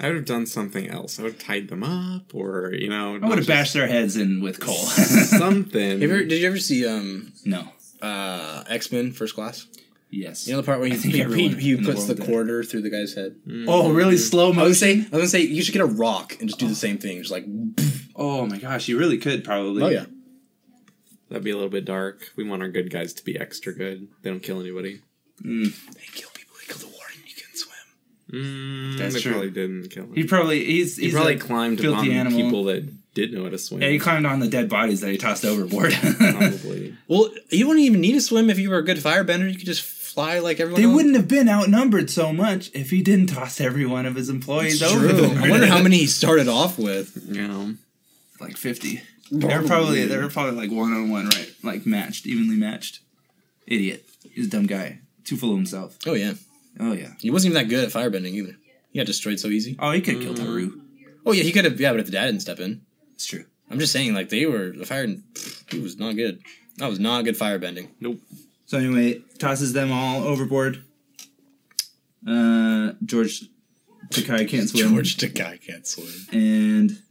C: I would have done something else. I would have tied them up, or you know,
A: I would have bashed their heads in with coal.
C: something.
B: You ever- did you ever see um
A: no.
B: uh X Men First Class?
A: Yes.
B: You know the part where he,
A: I think
B: he, he,
A: everyone
B: he
A: in the
B: puts the,
A: world did.
B: quarter through the guy's head.
A: oh, really slow
B: I was
A: motion.
B: gonna say, I was gonna say, you should get a rock and just do the same thing. Just like,
A: Oh my gosh, you really could probably.
B: oh yeah,
C: That'd be a little bit dark. We want our good guys to be extra good. They don't kill anybody.
B: they kill people. They kill the warden. You can swim.
C: Mm,
A: That's
C: they
A: true.
C: probably didn't kill.
A: He
C: He,
A: probably he's, he's
C: he probably
A: a
C: climbed
A: filthy
C: upon
A: animal.
C: people that did know how to swim.
A: Yeah, he climbed on the dead bodies that he tossed overboard.
C: probably.
B: Well, you wouldn't even need to swim if you were a good firebender. You could just fly like everyone.
A: they
B: else.
A: wouldn't have been outnumbered so much if he didn't toss every one of his employees
B: It's
A: over.
B: true.
A: Overboard.
B: I wonder how many he started off with.
C: You know.
A: Like fifty. They're probably they're probably like one on one, right? Like matched, evenly matched. Idiot. He's a dumb guy. Too full of himself.
B: Oh yeah,
A: Oh yeah.
B: he wasn't even that good at firebending either. He got destroyed so easy.
A: Oh, he could have killed Haru.
B: Oh yeah, he could have. Yeah, but if the dad didn't step in,
A: It's true.
B: I'm just saying like they were the fire. It was not good. That was not good firebending.
C: Nope.
A: So anyway, tosses them all overboard. Uh, George Takai can't swim.
B: George Takai can't swim.
A: and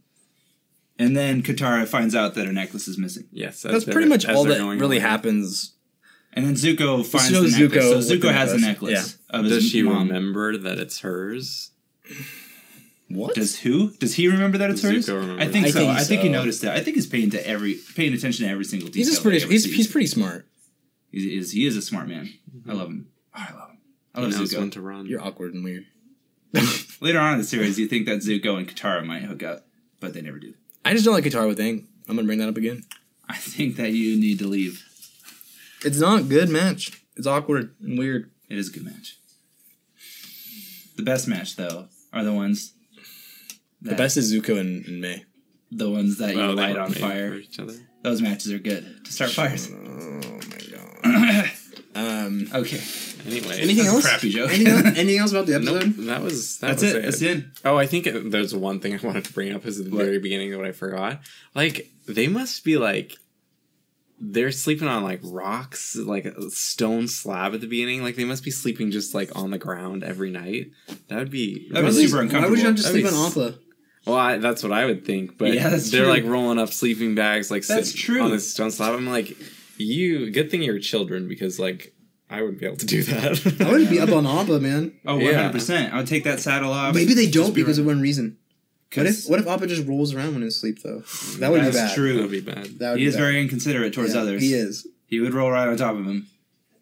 A: and then Katara finds out that her necklace is missing.
C: Yes,
B: That's pretty much all that really happens.
A: And then Zuko finds
B: shows
A: the necklace.
B: Zuko
A: So
B: with
A: Zuko
B: the
A: has a
B: necklace.
A: necklace. Of his
C: Does she
A: mom.
C: remember that it's hers?
B: What?
A: Does who? Does he remember that it's
C: Does
A: hers?
C: Zuko remember
A: I think
B: that?
A: so.
B: I think
A: I think he
B: so.
A: noticed that. I think he's paying to every paying attention to every single detail.
B: he's just
A: that
B: pretty.
A: he ever
B: He's,
A: sees.
B: he's pretty smart.
A: He is he is a smart man. I love him. Oh, I love him. I love
C: Knows
A: Zuko.
C: when to run.
B: You're awkward and weird.
A: Later on in the series, you think that Zuko and Katara might hook up, but they never do.
B: I just don't like guitar with Aang. I'm gonna bring that up again.
A: I think that you need to leave.
B: It's not a good match. It's awkward and weird.
A: It is a good match. The best match though are the ones that,
B: The best is Zuko and, and May.
A: the ones that you
C: Oh, they
A: light
C: were
A: on
C: made
A: fire.
C: for each other.
A: Those matches are good to start fires.
B: Oh my god. um.
A: Okay.
C: Anyway,
B: Anything
A: That's a
B: else?
A: crappy joke.
B: Anything, else? anything else about the
C: Nope,
B: episode?
C: that was that
A: That's
C: was
A: it. That's it.
C: Oh, I think it- there's one thing I wanted to bring up is at the very beginning that I forgot. Like they must be like they're sleeping on like rocks, like a stone slab at the beginning. Like they must be sleeping just like on the ground every night. That would be
A: That'd be
C: really-
A: super
E: Why would you
A: uncomfortable.
E: not just
C: That'd
E: sleep
C: be
E: on Alpha?
C: Well, I, that's what I would think, but
E: Yeah, that's
C: they're
E: true.
C: like rolling up sleeping bags, like
A: That's
C: sitting
A: true.
C: on this stone slab. I'm like, you. Good thing you're children because like I wouldn't be able to do that.
E: I wouldn't be up on Alpha, man.
A: Oh,
C: Yeah.
A: 100%. I would take that saddle off.
E: Maybe they don't
A: Just be
E: because
A: right.
E: of one reason. What if
A: 'Cause
E: what if Alpha just rolls around when in sleep though? That would be
A: That's
E: bad.
A: true.
C: That would be bad.
E: That would
A: He
E: be
A: is
E: bad.
A: very inconsiderate towards
E: Yeah,
A: others.
E: He is.
A: He would roll right on top of him.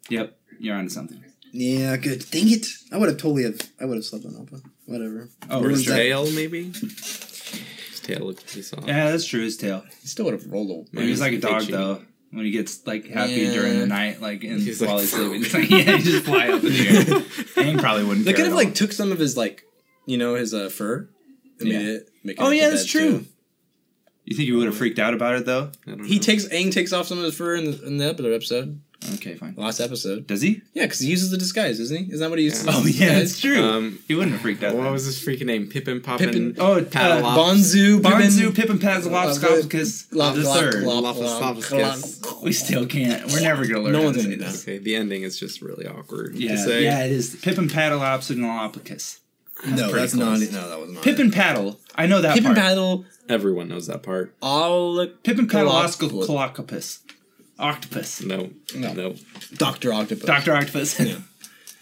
A: Yep, you're onto something.
E: Yeah, good. Dang it! I would have totally have. I would have slept on Alpha. Whatever.
A: Oh,
C: Or
E: Ruins
C: his
E: that-
C: tail, maybe. His tail looks pretty soft.
A: Yeah, that's true. His tail.
E: He still would have rolled on.
A: Maybe he's like a dog
C: Itchy.
A: though. When he gets like happy
B: Yeah.
A: during the night, like and
C: He's
A: while
C: like,
A: he's sleeping, It's like, yeah, he just fly up in the air. Ang probably wouldn't.
B: They
A: care
B: could have
A: at all.
B: like took some of his like, you know, his uh, fur. And
A: Yeah.
B: made it, make it Oh into yeah, that's bed, true. too.
A: You think you would have freaked out about it though?
C: I don't
B: He
C: know.
B: takes Aang takes off some of his fur in the, in the episode- episode,
A: Okay, fine.
B: last episode.
A: Does he?
B: Yeah, because he uses the disguise, isn't he? Isn't that what he uses?
C: Yeah.
B: as
A: Oh
B: a
A: yeah,
B: disguise?
A: that's true.
C: Um,
A: he wouldn't have freaked out.
C: What
A: then.
C: was his freaking name? Pippin Poppin.
B: Pippin-
A: oh,
C: Paddle
A: uh,
C: up.
B: Bonzu,
A: Bonzu,
B: Pippin,
A: Pippin, Pazlopskopskis,
B: Lop-
A: the
B: Lop-
A: third.
B: Lop-
C: Lopus-
B: Lop-
C: Lopus-
B: Lop-
C: Kiss.
A: We still can't. We're never gonna learn.
B: No
A: how
B: one's
A: to
B: gonna
A: say
B: know.
A: this.
C: Okay, the ending is just really awkward. to
A: Yeah,
C: say.
A: yeah, it is. Pippin, Padalops, and Lopicus.
B: No,
C: pretty
B: that's
C: close.
B: not it. No, that was not. it.
A: Pippin Paddle. I know that
B: Pippin
A: part.
B: battle
C: Everyone knows that part.
B: all
A: Pippin
B: Colop-
A: Padaloscalocopus. Octopus.
C: No, no.
B: No. Doctor Octopus.
A: Doctor Octopus.
B: Yeah.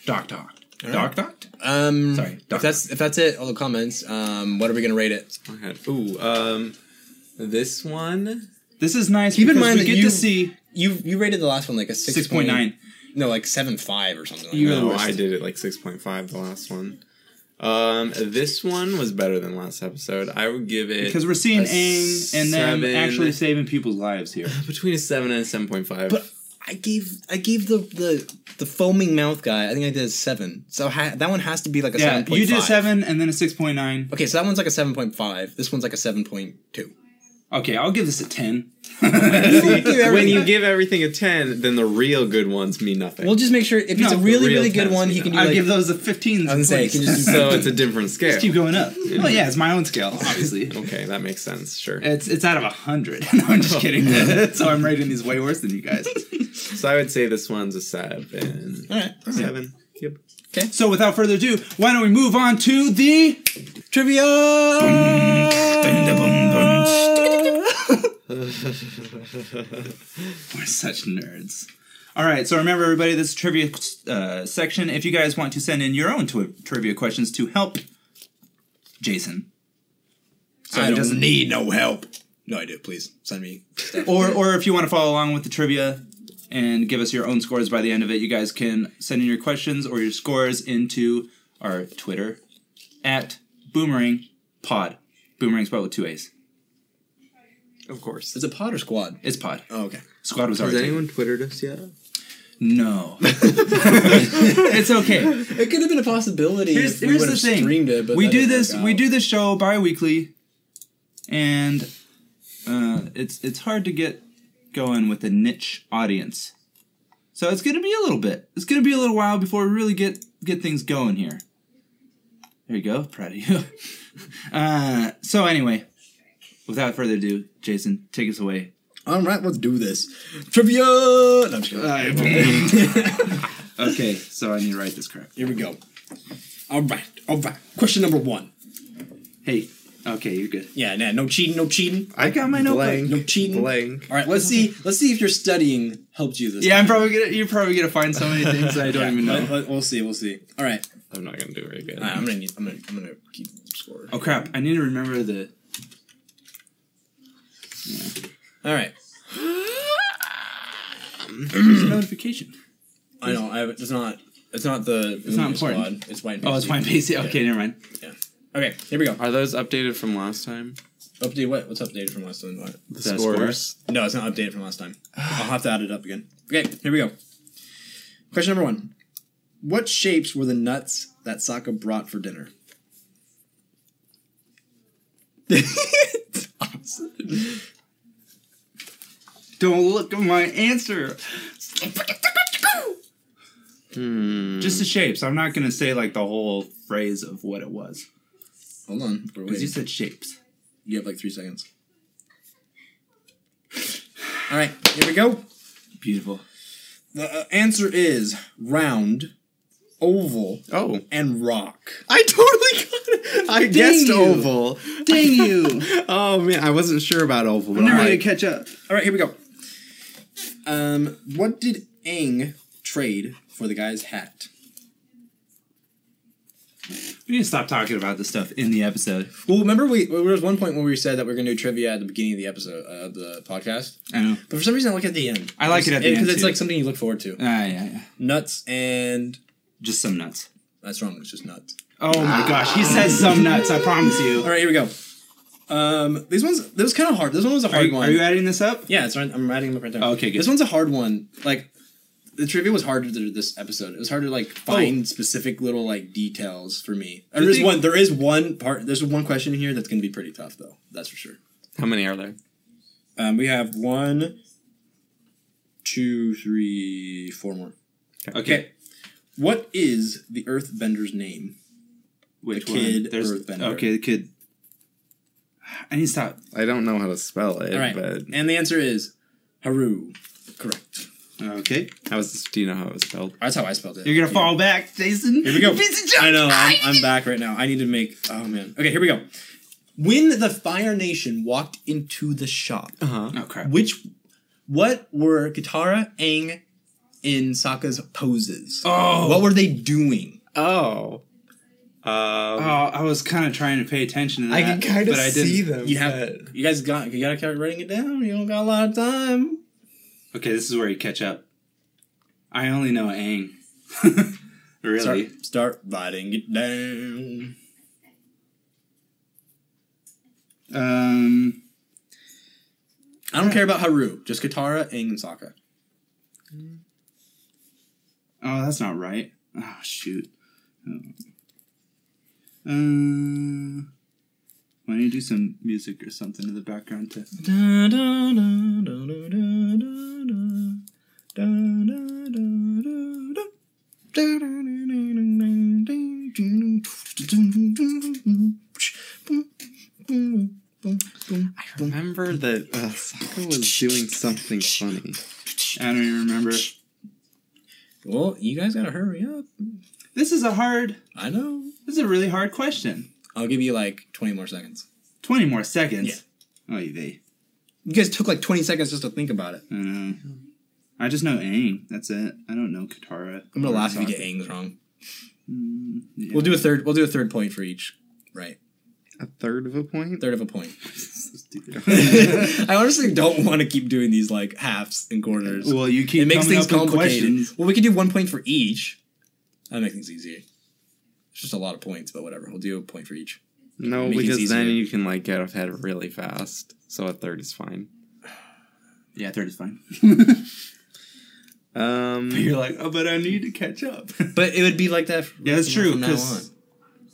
A: Doc Doc.
B: All right.
A: Doc Doc.
B: Um,
A: Sorry, Doctor.
B: If that's if that's it, all the comments. Um, what are we gonna rate it?
C: Go ahead. Ooh, um, this one.
A: This is nice.
B: Keep in
A: because
B: mind
A: we
B: that
A: get
B: you-
A: to see
B: You you rated the last one like a six,
A: six point nine.
B: No, like seven five or something. Like
A: You're
B: that.
A: the
C: No,
A: worst.
C: I did it like six point five. The last one. Um, this one was better than last episode. I would give it
A: Because we're seeing
C: a
A: Aang and them
C: seven-
A: actually saving people's lives here.
C: between a seven and a seven point five.
B: But I gave I gave the the the foaming mouth guy. I think I did a seven. So ha- that one has to be like a
A: Yeah,
B: seven.
A: you did seven and then a six point nine.
B: Okay, so that one's like a seven point five. This one's like a seven point two.
A: Okay, I'll give this a ten.
C: when you give everything a ten, then the real good ones mean nothing.
B: We'll just make sure if
A: No,
B: it's a
A: for
B: really
C: real
B: really good
C: tennis,
B: one,
C: you
B: he
C: know.
B: can do
A: I
B: like.
A: give those a fifteen.
B: I was gonna say, can you just do
C: so it's a different scale.
A: Just keep going up. Well, yeah, it's my own scale, obviously.
C: Okay, that makes sense. Sure.
A: It's it's out of a hundred. no, I'm just kidding. so I'm rating these way worse than you guys.
C: So I would say this one's a seven.
B: all right, all right.
C: Seven. Yep.
A: So without further ado, why don't we move on to the
B: trivia.
A: We're such nerds. All right, so remember everybody, this is trivia uh, section. If you guys want to send in your own twi- trivia questions to help Jason, so
B: I
A: he
B: don't
A: doesn't
B: need no help. No, I do. Please send me. Stuff.
A: or or if you want to follow along with the trivia and give us your own scores by the end of it, you guys can send in your questions or your scores into our Twitter at Boomerang Pod. Boomerang spelled with two A's.
C: Of course.
B: It's a Potter squad.
A: It's Pod.
B: Oh, okay.
A: Squad was
C: Has
A: already.
C: anyone twittered us yet?
A: No, it's okay.
B: It could have been a possibility.
A: Here's,
B: if we
A: here's the
B: would've
A: thing.
B: Streamed it, but
A: we
B: that
A: do
B: didn't work
A: this. We
B: out.
A: do this show bi-weekly, and uh, it's it's hard to get going with a niche audience. So it's gonna be a little bit. It's gonna be a little while before we really get get things going here. There you go. Proud of you. uh, so anyway, without further ado, Jason, take us away.
E: All right, let's do this. Trivia. No, I'm just kidding.
A: okay, so I need to write this crap.
E: Here we go. All right, all right. Question number one.
A: Hey, okay, you're good.
E: Yeah, nah, no cheating, no cheating,
A: I got my notebook.
C: Blank.
E: no cheating.
C: Blank.
E: All right, let's see. Let's see if your studying helped you this.
A: Yeah,
E: time.
A: I'm probably gonna. You're probably gonna find so many things that I don't even know.
E: Let- let- we'll see. We'll see. All right.
C: I'm not gonna do very good.
E: All right, I'm gonna. Need, I'm gonna. I'm gonna keep score.
A: Oh crap! I need to remember the.
B: All right.
A: There's a notification.
B: I know. I, it's not. It's not the. It's
A: not important.
B: It's white.
A: Oh, it's
B: Pepsi.
A: fine. Pacey. Okay, never mind.
B: Okay, here we go.
C: Are those updated from last time?
B: Update what? What's updated from last time? What?
C: The,
A: The
C: scores.
A: scores?
B: No, it's not updated from last time. I'll have to add it up again. Okay, here we go. Question number one: What shapes were the nuts that Sokka brought for dinner?
A: Don't look at my answer.
C: Hmm.
A: Just the shapes. I'm not gonna say like the whole phrase of what it was
B: Hold on, we're
A: because
B: waiting.
A: you said shapes.
B: You have like three seconds.
E: All right, here we go.
A: Beautiful.
B: The uh, answer is round, oval,
C: Oh,
B: and rock.
C: I totally got it. I guessed
E: you.
C: oval.
E: Dang you!
C: Oh man, I wasn't sure about oval. But
A: I'm
C: I'm
A: never gonna
C: like,
A: catch up.
B: All right, here we go. Um, what did Aang trade for the guy's hat?
A: We need to stop talking about this stuff in the episode.
B: Well, remember we there was one point where we said that we are gonna do trivia at the beginning of the episode uh, of the podcast,
A: I know.
B: but for some reason I like it at the end.
A: I like it at the end,
B: because it's
A: too.
B: like something you look forward to.
A: Ah, yeah, yeah.
B: Nuts and
A: Just some nuts.
B: that's wrong. It's just nuts.
A: Oh my gosh, he says some nuts. I promise you.
B: All right, here we go. Um, these ones this was kind of hard. This one was a
A: Are
B: hard
A: you,
B: one.
A: are you adding this up?
B: yeah, it's right, I'm writing them up right there.
A: Okay, good.
B: This one's a hard one. Like the trivia was harder than this episode. It was hard to like find specific little like details for me. There is
A: Oh. thing-
B: one. There is one part. There's one question in here that's gonna be pretty tough though. That's for sure.
C: how many are there?
B: Um, we have one, two, three, four more.
A: Okay.
B: What is the Earthbender's name?
A: Which
B: The kid
A: There's-
B: Earthbender.
A: Okay, the kid. I need to stop.
C: I don't know how to spell it,
B: All right,
C: but
B: and the answer is Haru. Correct.
A: Okay.
C: how is do you know how it was spelled?
B: That's how I spelled it.
A: You're gonna fall back, Jason.
B: Here we go.
A: Piece of junk.
B: I know. I'm, I'm back right now. I need to make. Oh man. Okay. Here we go. When the Fire Nation walked into the shop,
C: Uh huh.
A: Oh crap.
B: which, what were Katara, Aang, and Sokka's poses?
A: Oh.
B: What were they doing?
C: Oh. Um,
A: Oh, I was kind of trying to pay attention to that.
C: I can kind of
A: but I didn't.
C: see them.
B: You have. You guys got. You gotta keep writing it down. You don't got a lot of time.
A: Okay, this is where you catch up. I only know Aang. really?
B: Start, start writing it down.
A: Um.
B: I don't care about Haru. Just Katara, Aang, and Sokka.
A: Oh, that's not right. Oh shoot. Uh, Um. Why don't you do some music or something in the background to?
B: Da, da, da, da, da, da, da, da. Da, da, da, da, da. Da, da, da, da, da, da, da, da.
C: remember that uh, Sokka was doing something funny.
A: I don't even remember.
B: Well, you guys gotta hurry up.
A: This is a hard.
B: I know.
A: This is a really hard question.
B: I'll give you like 20 more seconds.
A: Twenty more seconds. Oh, they.
B: You guys took like 20 seconds just to think about it.
A: I don't know. I just know Aang. That's it. I don't know Katara.
B: I'm gonna laugh if you get Aang's wrong.
A: Mm,
B: We'll do a third. We'll do a third point for each. Right,
C: A third of a point.
B: third of a point.
A: it.
B: I honestly don't want to keep doing these like halves and quarters.
A: well, you keep
B: it makes
A: coming
B: things
A: up with
B: complicated.
A: questions.
B: Well, we could do one point for each. That makes things easier. It's just a lot of points, but whatever. We'll do a point for each.
C: No,
B: Make it
C: because then
B: easier.
C: you can like get ahead really fast. So a third is fine.
A: Yeah, third is fine. But
C: Um,
A: you're like, oh, but I need to catch up.
B: But it would be like that. f-
A: Yeah, that's
B: from
A: true,
B: now
A: 'cause-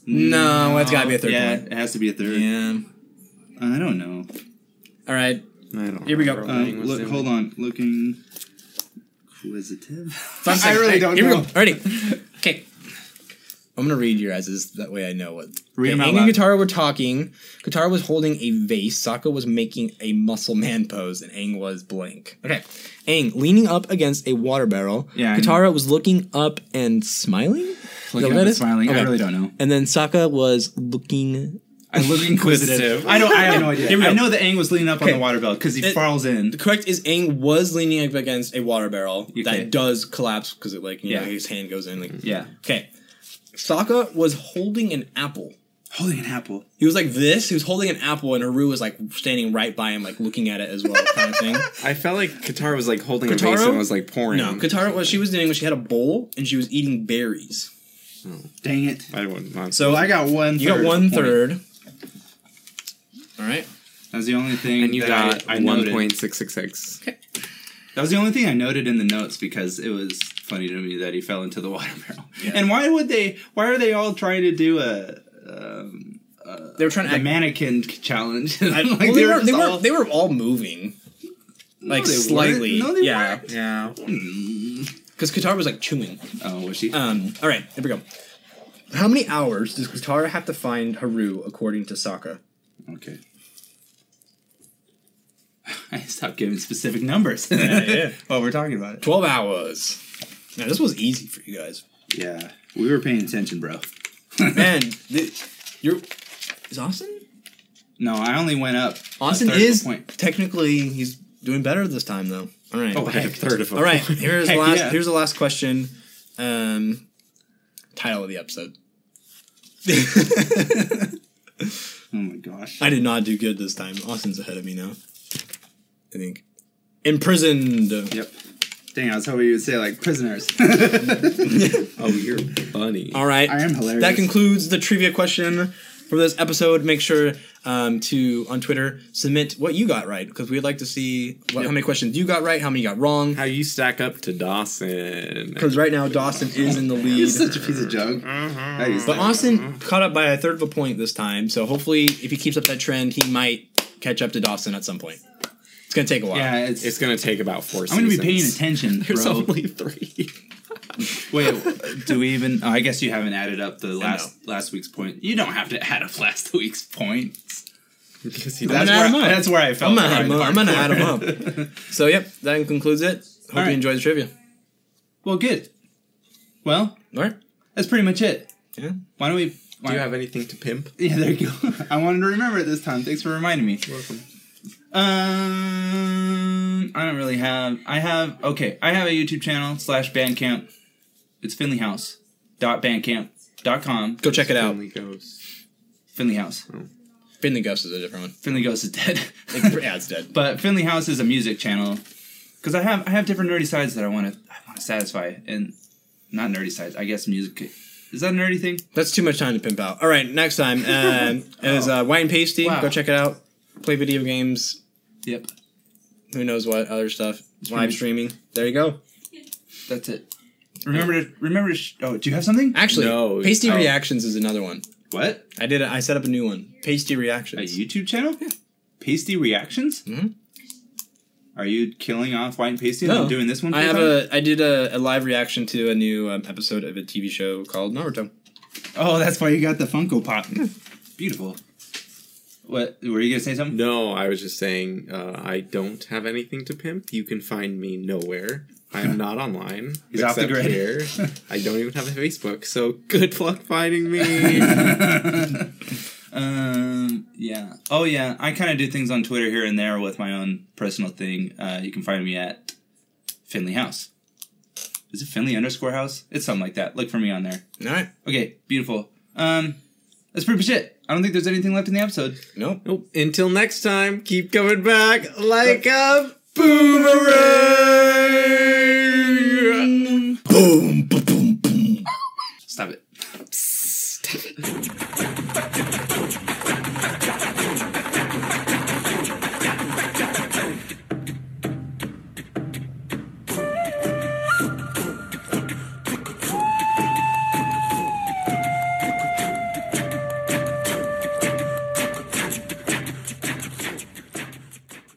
A: Mm,
B: on. no, it's got to be a third
A: yeah,
B: point.
A: it has to be a third.
B: Yeah.
A: I don't know.
B: All right.
C: I don't
B: Here we go.
C: remember what
A: Um,
C: Aang was
A: look,
C: doing.
A: hold on. Looking inquisitive.
B: Five
A: I
B: seconds.
A: really
B: Hey,
A: don't
B: here
A: know.
B: We go. Ready? Okay. I'm gonna read your guys's. That way I know what.
A: Read 'em
B: Okay,
A: out
B: Aang and
A: loud.
B: Katara were talking. Katara was holding a vase. Sokka was making a muscle man pose, and Aang was blank. Okay. Aang leaning up against a water barrel.
A: Yeah, I know.
B: Katara was looking up and smiling. Is that
A: Looking
B: what
A: up
B: that
A: and
B: is?
A: smiling. I
B: Okay.
A: really don't know.
B: And then Sokka was looking.
A: I look inquisitive. I don't. I have no idea.
B: Here we go.
A: I know that Aang was leaning up
B: Okay.
A: on the water belt because he
B: It-
A: falls in.
B: The correct is Aang was leaning up against a water barrel
A: Okay.
B: that does collapse because it like you know
A: Yeah.
B: his hand goes in like
A: Yeah,
B: okay. Sokka was holding an apple.
A: holding an apple.
B: He was like this. He was holding an apple, and Haru was like standing right by him, like looking at it as well, kind of thing.
C: I felt like Katara was like holding a vase
B: Katara?
C: and was like pouring.
B: No, Katara. What she was doing was she had a bowl and she was eating berries.
A: Dang it!
C: I wouldn't mind.
A: So I got one.
B: You got
A: third
B: one
A: point.
B: third. All right.
A: That was the only thing.
C: and you
A: that
C: got
A: I, I
C: one
A: noted.
C: point six six six.
A: That was the only thing I noted in the notes because it was funny to me that he fell into the water barrel. And why would they? Why are they all trying to do a um,
B: They were trying to
A: a
B: act.
A: mannequin c- challenge?
B: I-
A: Like,
B: well, they, were,
A: just
B: they, were,
A: all-
B: they were all moving, like
A: they weren't.
B: slightly.
A: No, they
B: yeah,
A: weren't.
B: yeah. Because Katara was like chewing.
A: Oh, was she?
B: Um. All right. Here we go. How many hours does Katara have to find Haru according to Sokka?
A: okay. I stopped giving specific numbers
B: yeah.
A: while we're talking about it.
B: Twelve hours. Now this was easy for you guys,
A: Yeah, we were paying attention, bro.
B: man. The, you're is Austin?
A: No, I only went up. a
B: Austin
A: third of a
B: is
A: point.
B: technically he's doing better this time though. All right.
A: Oh, heck.
C: third of a
B: All right. Here's the
A: Heck
B: last.
A: yeah.
B: Here's the last question. Um, title of the episode.
A: Oh my gosh.
B: I did not do good this time. Austin's ahead of me now. I think. Imprisoned.
A: Yep. Dang, that's how we would say like prisoners.
C: Oh, you're funny.
B: All right.
A: I am hilarious.
B: That concludes the trivia question for this episode. Make sure um, to on Twitter submit what you got right because we'd like to see what, how many questions you got right, how many you got wrong.
C: How you stack up to Dawson?
B: Because right now Dawson is in the
A: You're
B: lead.
A: such a piece of junk.
C: Mm-hmm.
A: I used
B: But
A: to-
B: Austin caught up by a third of a point this time, so hopefully, if he keeps up that trend, he might catch up to Dawson at some point. It's gonna take a while.
A: yeah, it's.
C: It's gonna take about 4
A: I'm gonna be paying
C: seasons.
A: attention,
C: There's
A: bro.
C: only three.
A: Wait, do we even? Oh, I guess you haven't added up the last last week's point. You don't have to add up last week's point.
C: because he
A: That's
B: gonna add
A: where,
B: 'em up.
A: that's where I
B: I'm
A: felt.
B: gonna add
A: right
B: him up. I'm gonna add him
A: before.
B: up. So, yep, that concludes it. Hope
A: All right.
B: you enjoy the trivia.
A: well, good. Well,
B: All right.
A: that's pretty much it.
B: Yeah.
A: Why don't we? Why,
C: Do you have anything to pimp?
A: Yeah, there you go. I wanted to remember it this time. Thanks for reminding me.
C: welcome.
A: Um, I don't really have. I have okay. I have a YouTube channel slash Bandcamp. It's Finley House. dot Bandcamp. dot com.
B: Go check it out.
C: Only goes.
A: Finley House.
B: Finley Ghost is a different one.
A: Finley Ghost is dead.
B: Like, yeah, it's dead.
A: but Finley House is a music channel. Because I have I have different nerdy sides that I want to I want to satisfy and not nerdy sides. I guess music is that a nerdy thing?
B: That's too much time to pimp out. All right, next time um, is uh, wine pasty.
A: Wow.
B: Go check it out. Play video games.
A: Yep,
B: Who knows what other stuff? Live streaming. There you go.
A: that's it. Remember to remember to. Sh- oh, do you have something?
B: Actually,
C: No,
B: pasty
C: oh.
B: reactions is another one.
A: What
B: I did. A, I set up a new one. Pasty
A: a
B: reactions.
A: YouTube channel? Pasty reactions.
B: Mhm.
A: Are you killing off white and pasty
B: No.
A: and doing this one? For
B: I
A: the
B: have
A: time?
B: a. I did a, a live reaction to a new um, episode of a TV show called Naruto.
A: Oh, that's why you got the Funko Pop. Beautiful. What were you gonna say something?
C: No, I was just saying uh, I don't have anything to pimp. You can find me nowhere. I'm not online.
A: He's off the
C: except
A: grid.
C: Here. I don't even have a Facebook, so good luck finding me.
A: um, yeah. Oh, yeah. I kind of do things on Twitter here and there with my own personal thing. Uh, you can find me at Finley House. Is it Finley underscore House? It's something like that. Look for me on there.
B: All right.
A: Okay, beautiful. Um, that's pretty much it. I don't think there's anything left in the episode.
B: Nope.
C: nope. Until next time, keep coming back like a boomerang.
A: Stop it.
C: Stop it.